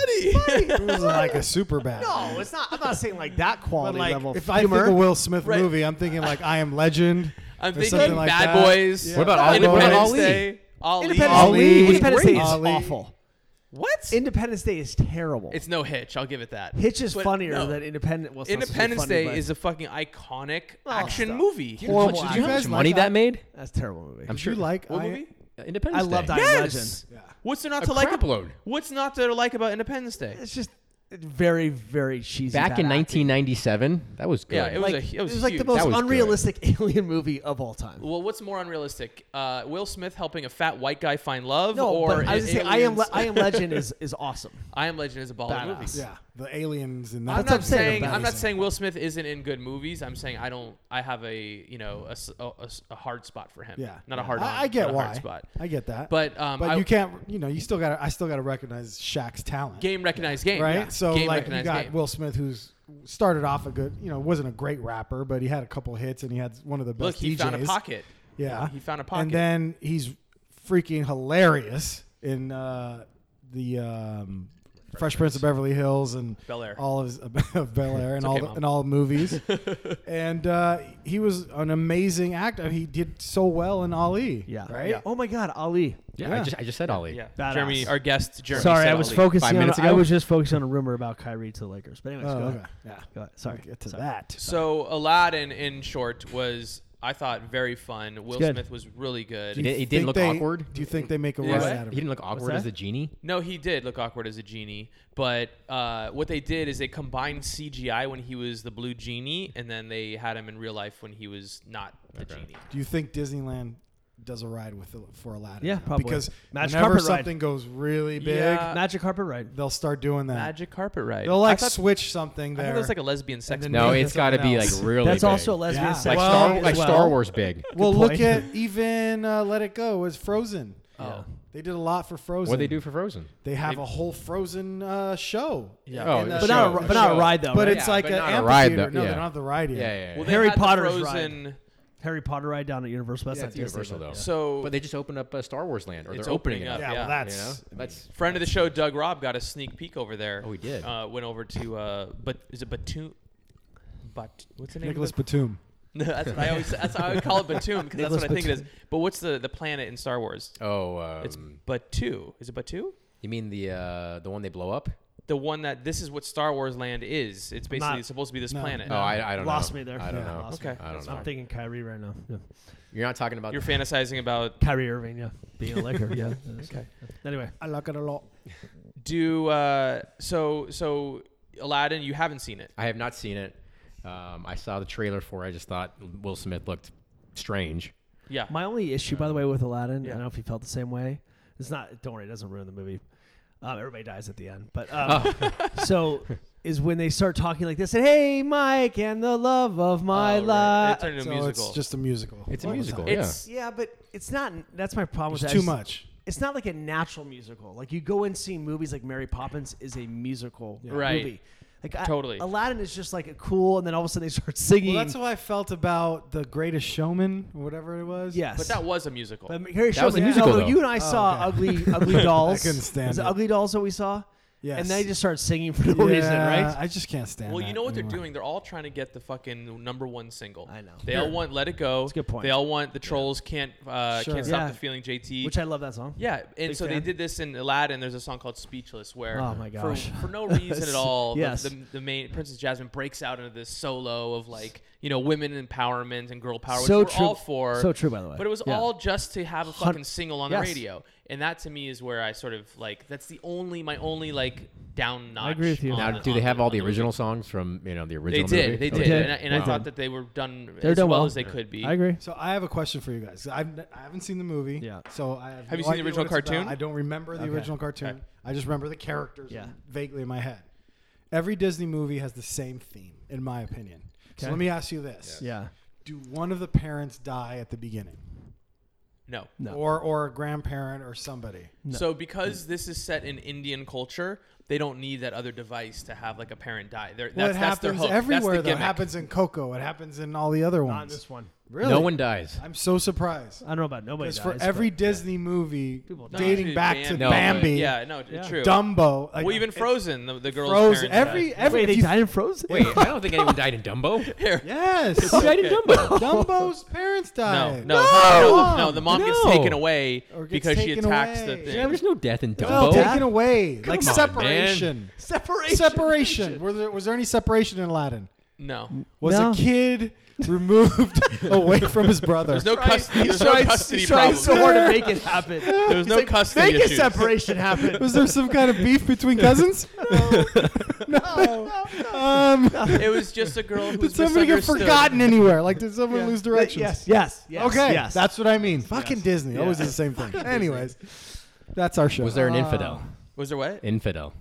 funny. It was like a super bad. No, it's not. I'm not saying like that But quality like, level. if I humor. think of Will Smith Right. movie, I'm thinking like I Am Legend. I'm or thinking something like Bad that. Boys. Yeah. What about Bad Independence Boys? Ali? Day? Ali. Independence, Ali Day, was Independence Day great. is Ali. awful. What? Independence Day is terrible. it's no Hitch. I'll give it that. Hitch is But funnier no. than Independence. Well, it's not such a Independence funny, Day but is a fucking iconic Oh, action stop. movie. Horrible How much- actor. do you know how You guys much money like that that? made? that's a terrible movie. I'm Did sure. you like What I, movie? Independence I loved Day. I Am Yes. Legend. What's there not A to like? crap ab- load. What's not there to like about Independence Day? It's just very, very cheesy. Back bad in acting. 1997, that was good. Yeah, it was Like, a- it was like the huge. most That was good. unrealistic alien movie of all time. Well, what's more unrealistic? Uh, Will Smith helping a fat white guy find love, No, or but I was a- gonna say I am aliens- Le- I am Legend is is awesome. I am Legend is a baller Badass. movie. Yeah, the aliens and I'm that. That's not what I'm saying, saying about I'm not it. saying Will Smith isn't in good movies. I'm saying I don't. I have a you know a, s- a- a s- a hard spot for him. Yeah, not a hard. on, I, I get but a why. hard spot. I get that. But um, but I- you can't. You know, you still got. to I still got to recognize Shaq's talent. game recognized game. right? yeah. So game like you recognized got game. Will Smith, who's started off a good. You know, wasn't a great rapper, but he had a couple hits and he had one of the best. Look, he DJs. found a pocket. Yeah, he found a pocket. And then he's freaking hilarious in uh, the um, Fresh, Prince of Beverly Hills and Bel Air. all of, his, of Bel Air and okay, all the, Mom. and all movies. and uh, he was an amazing actor. He did so well in Ali. Yeah. right. Yeah. Oh my God, Ali. Yeah, Yeah. I just I just said Ali. Yeah, Badass. Jeremy, our guest Jeremy. Sorry, said I was Ali. focusing. Five on, minutes I ago? was just focusing on a rumor about Kyrie to the Lakers. But anyways, Oh, go okay. ahead. Yeah. Go ahead. Sorry. Get to Sorry. that. So Aladdin, in short, was I thought very fun. Will good. Smith was really good. He, did, he Think didn't look they- awkward. Do you think they make a Yeah. run What? out He of it? didn't look awkward as that? the genie. No, he did look awkward as a genie, but uh, what they did is they combined CGI when he was the blue genie, and then they had him in real life when he was not the genie. Do you think Disneyland does a ride with for Aladdin? Yeah, now? probably. Because Magic whenever carpet ride. something goes really big, Yeah. Magic carpet ride. they'll start doing that. Magic carpet ride. They'll like I thought, switch something I there. thought it was like a lesbian sex. then movie. No, Yeah, it's something got to be like else. really. That's big. also a lesbian Yeah. sex like Well- Star movie like as well. Star Wars big. well, Good look point. at even uh, Let It Go was Frozen. Oh. They did a lot for Frozen. What do they do for Frozen? They have They- a whole Frozen uh, show. Yeah. Oh, And, it uh, was But not, a, show. but not a Show. ride though. But right? it's Yeah, like but an not a amphieleater. ride, though. No, they Yeah. don't have the ride yet. Yeah, yeah. yeah. Well, they Harry had the Potter's ride. Frozen. Harry Potter ride down at Universal. That's Yeah, not it's Disney, Universal but though. yeah. So But they just opened up a Star Wars Land, or It's they're opening opening it up, up. Yeah, Yeah, yeah. well, You know? that's That's friend of the show Doug Robb got a sneak peek over there. Oh, he did. Uh, went over to uh, but is it Batum? But what's the name? Nicholas of Batum. the- that's what I always that's how I would call it Batum because that's Nicholas what I think it is. But what's the the planet in Star Wars? oh, um, It's Batu. Is it Batu? you mean the uh, the one they blow up? The one that this is what Star Wars land is. It's basically Not- supposed to be this no, planet. Oh, I, I don't Lost know. me there. I don't Yeah, know. lost me. Okay. I don't I'm know. thinking Kyrie right now. Yeah. You're not talking about You're fantasizing about. Kyrie Irving, yeah, being a Laker. yeah. Okay. Anyway, I like it a lot. Do uh, so so Aladdin. You haven't seen it. I have not seen it. Um, I saw the trailer for. it. I just thought Will Smith looked strange. Yeah. my only issue, by the way, with Aladdin, I Yeah. don't know if you felt the same way. It's not. Don't worry, it doesn't ruin the movie. Um, everybody dies at the end, but um, so is when they start talking like this. And, hey, Mike, and the love of Oh, my right. life. It turned into so a musical. it's just a musical. It's a All the musical. time. It's Yeah, but it's not. That's my problem with It's that. too It's- much. It's not like a natural musical. Like you go and see movies like Mary Poppins is a musical Right. movie. Like I- Totally. Aladdin is just like a cool, and then all of a sudden they start singing. Well, that's how I felt about the Greatest Showman, or whatever it was. yes, but that was a musical. But Harry That was a Showman- musical, although though. You and I saw okay. Ugly Ugly Dolls. I couldn't stand was it. it. Ugly Dolls that we saw. Yes. and they just start singing for no reason, Yeah, right? I just can't stand. Well, you that know what they're anymore. doing? They're all trying to get the fucking number one single. I know. They all want "Let It Go." That's a good point. They all want the trolls can't uh, Sure. can't stop Yeah. the feeling. JT, Which I love that song. yeah, and Big so they fan. did this in Aladdin. There's a song called "Speechless" where, Oh my for- gosh. For, no reason at all, the- Yes. the, the main Princess Jasmine breaks out into this solo of like you know women empowerment and girl power, which So we're true- all for. so true, by the way. But it was Yeah. all just to have a Hun- fucking single on Yes. the radio, and that to me is where I sort of like that's the only my only like down notch. agree with you. on Now, the- do they on have all the on original songs from you know the They original? movie? did, they did, Okay. and, I, and I Wow. thought that they were done They're as done well, well. as they could be. I agree. So I have a question for you guys. I've n- I haven't seen the movie. Yeah. So I have, Have you seen no the idea original what it's about. cartoon? I don't remember the Okay. original cartoon. Okay. I just remember the characters Yeah. vaguely in my head. Every Disney movie has the same theme, in my opinion. So Okay. let me ask you this: Yeah. Do one of the parents die at the beginning, No. No. or or a grandparent or somebody? No. So because Mm. this is set in Indian culture, they don't need that other device to have like a parent die. They're, Well, that's, it that's their happens hook. everywhere. that's the though. It gimmick. happens in Coco. It happens in all the other ones. Not in this one. Really? No one dies. I'm so surprised. I don't know about nobody. Because for dies, every but- Disney movie, People die. dating Dude, back to Bambi. No, but- Bambi, Yeah, no, it's Yeah. true. Dumbo, like, Well, even it- Frozen, the, the girl's Frozen. parents Every died. every Wait, if they you- died in Frozen. Wait, I don't think anyone died in Dumbo. Here. Yes. Who died in Okay. Dumbo? Dumbo's parents No, no, died. no, no, The mom gets No. taken away Or gets because she taken attacks away. the Yeah, thing. there's no death in No, Dumbo. taken away. like on, separation. Separation. Separation. Were there, was there any separation in Aladdin? No, Was No. a kid removed away from his brother? there's no custody. There's no trying- custody he's trying problem. so hard to make it happen. There's no custody Make a issues. separation happen. was there some kind of beef between cousins? no. Um, It was just a girl who's did somebody get misunderstood. forgotten anywhere? Like, did someone lose Yes, directions? yes, yes, yes. okay, yes. that's what I mean. Fucking Yes. Disney Yeah. always does the same thing. Anyways, that's our show. Was there an infidel? Was there what? Infidel.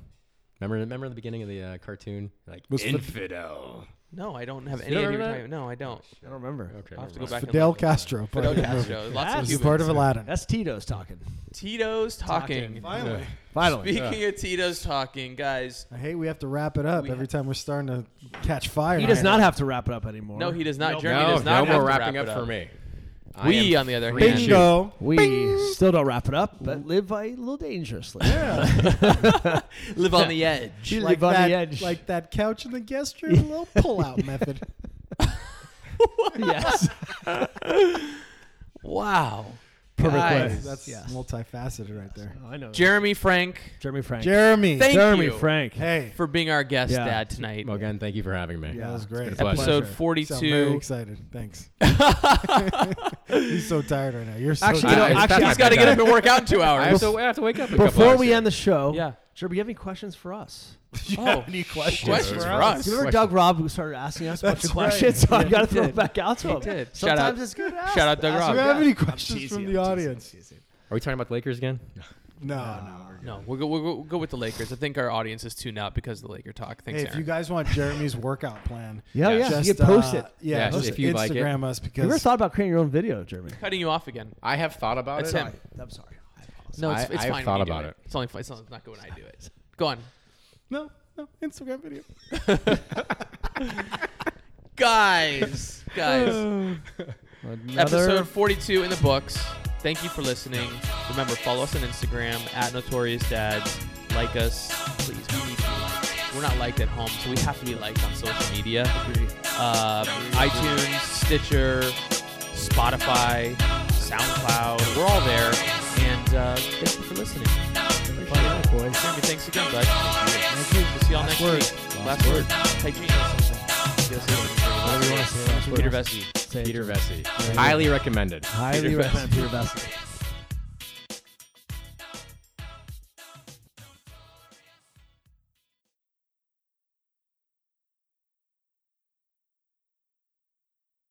Remember, remember the beginning of the uh, cartoon? Like Was Fid- infidel. No, I don't have You any don't idea. what you're remember talking- No, I don't. I don't remember. Okay, I'll have to never go mind. back. Fidel and look. Castro? part Fidel of the movie. Castro. Lots of This This is is Cubans. part of Aladdin. That's Tito's talking. Tito's talking. Finally. Finally. Speaking of Tito's talking, guys. I hate we have to wrap it up We every time we're starting to catch fire. He does not have to wrap it up anymore. No, he does not. Nope. Jeremy No, does not. no have more to wrapping wrap up it for me. I We, am on the other free hand, to shoot. Bingo. We still don't wrap it up, but live a little dangerously. live on the edge. You Like live on that, the edge. like that couch in the guest room, little pull-out method. yes. Wow. Perfect Guys. way. That's Yes. multifaceted right there. I know. Jeremy Frank, Jeremy Frank. Jeremy, thank Jeremy you Frank. hey, for being our guest, Yeah. Dad, tonight. Well, again, thank you for having me. that was great. It's been a pleasure. Episode Sound very 42. excited. Thanks. He's so tired right now. You're so Actually, tired. you I- know, I- actually, He's got to get up and work out in two I have, hours. to, I have to wake up. A couple before hours we here. end the show, Yeah. Jeremy, do you have any questions for us? You Oh, have any questions? questions for for us? us. You remember Question. Doug Robb who started asking us a bunch of That's right. questions, so I got to throw did. it back out to him. did. Shout Sometimes out- it's good. to ask- Shout out Doug ask Do Rob. you him. have any I'm questions teasing, from I'm the teasing, audience? I'm teasing. Are we talking about the Lakers again? No, no. No, we'll go, we'll, go, we'll go with the Lakers. I think our audience is tuned out because of the Laker talk. Thanks, Hey, if Aaron. you guys want Jeremy's workout plan, Yeah, Yeah. yeah. just you get post uh, it. Yeah, Yeah, just if you like it. Instagram us Have you ever because thought about creating your own video, Jeremy? Cutting you off again. I have thought about It's it. him. I'm sorry. I apologize. No, it's, I- it's I've fine. thought when you do about it. It's only it's not it's not good when I do it. Go on, no, no Instagram video. guys, guys. Oh. Another- Episode 42 in the books. Thank you for listening. Remember, follow us on Instagram at Notorious Dads. Like us, please. We need to be liked. We're not liked at home, so we have to be liked on social media. Uh, iTunes, Stitcher, Spotify, SoundCloud. We're all there. And uh, thank you for listening. Appreciate it. Jeremy, thanks again, bud. Thank you. We'll see y'all next week. Last, word. Hey, Gene. See you soon. Peter Vesey. Say Peter it. Vesey. Highly recommended. Highly Peter Vest. recommend Peter Vesey.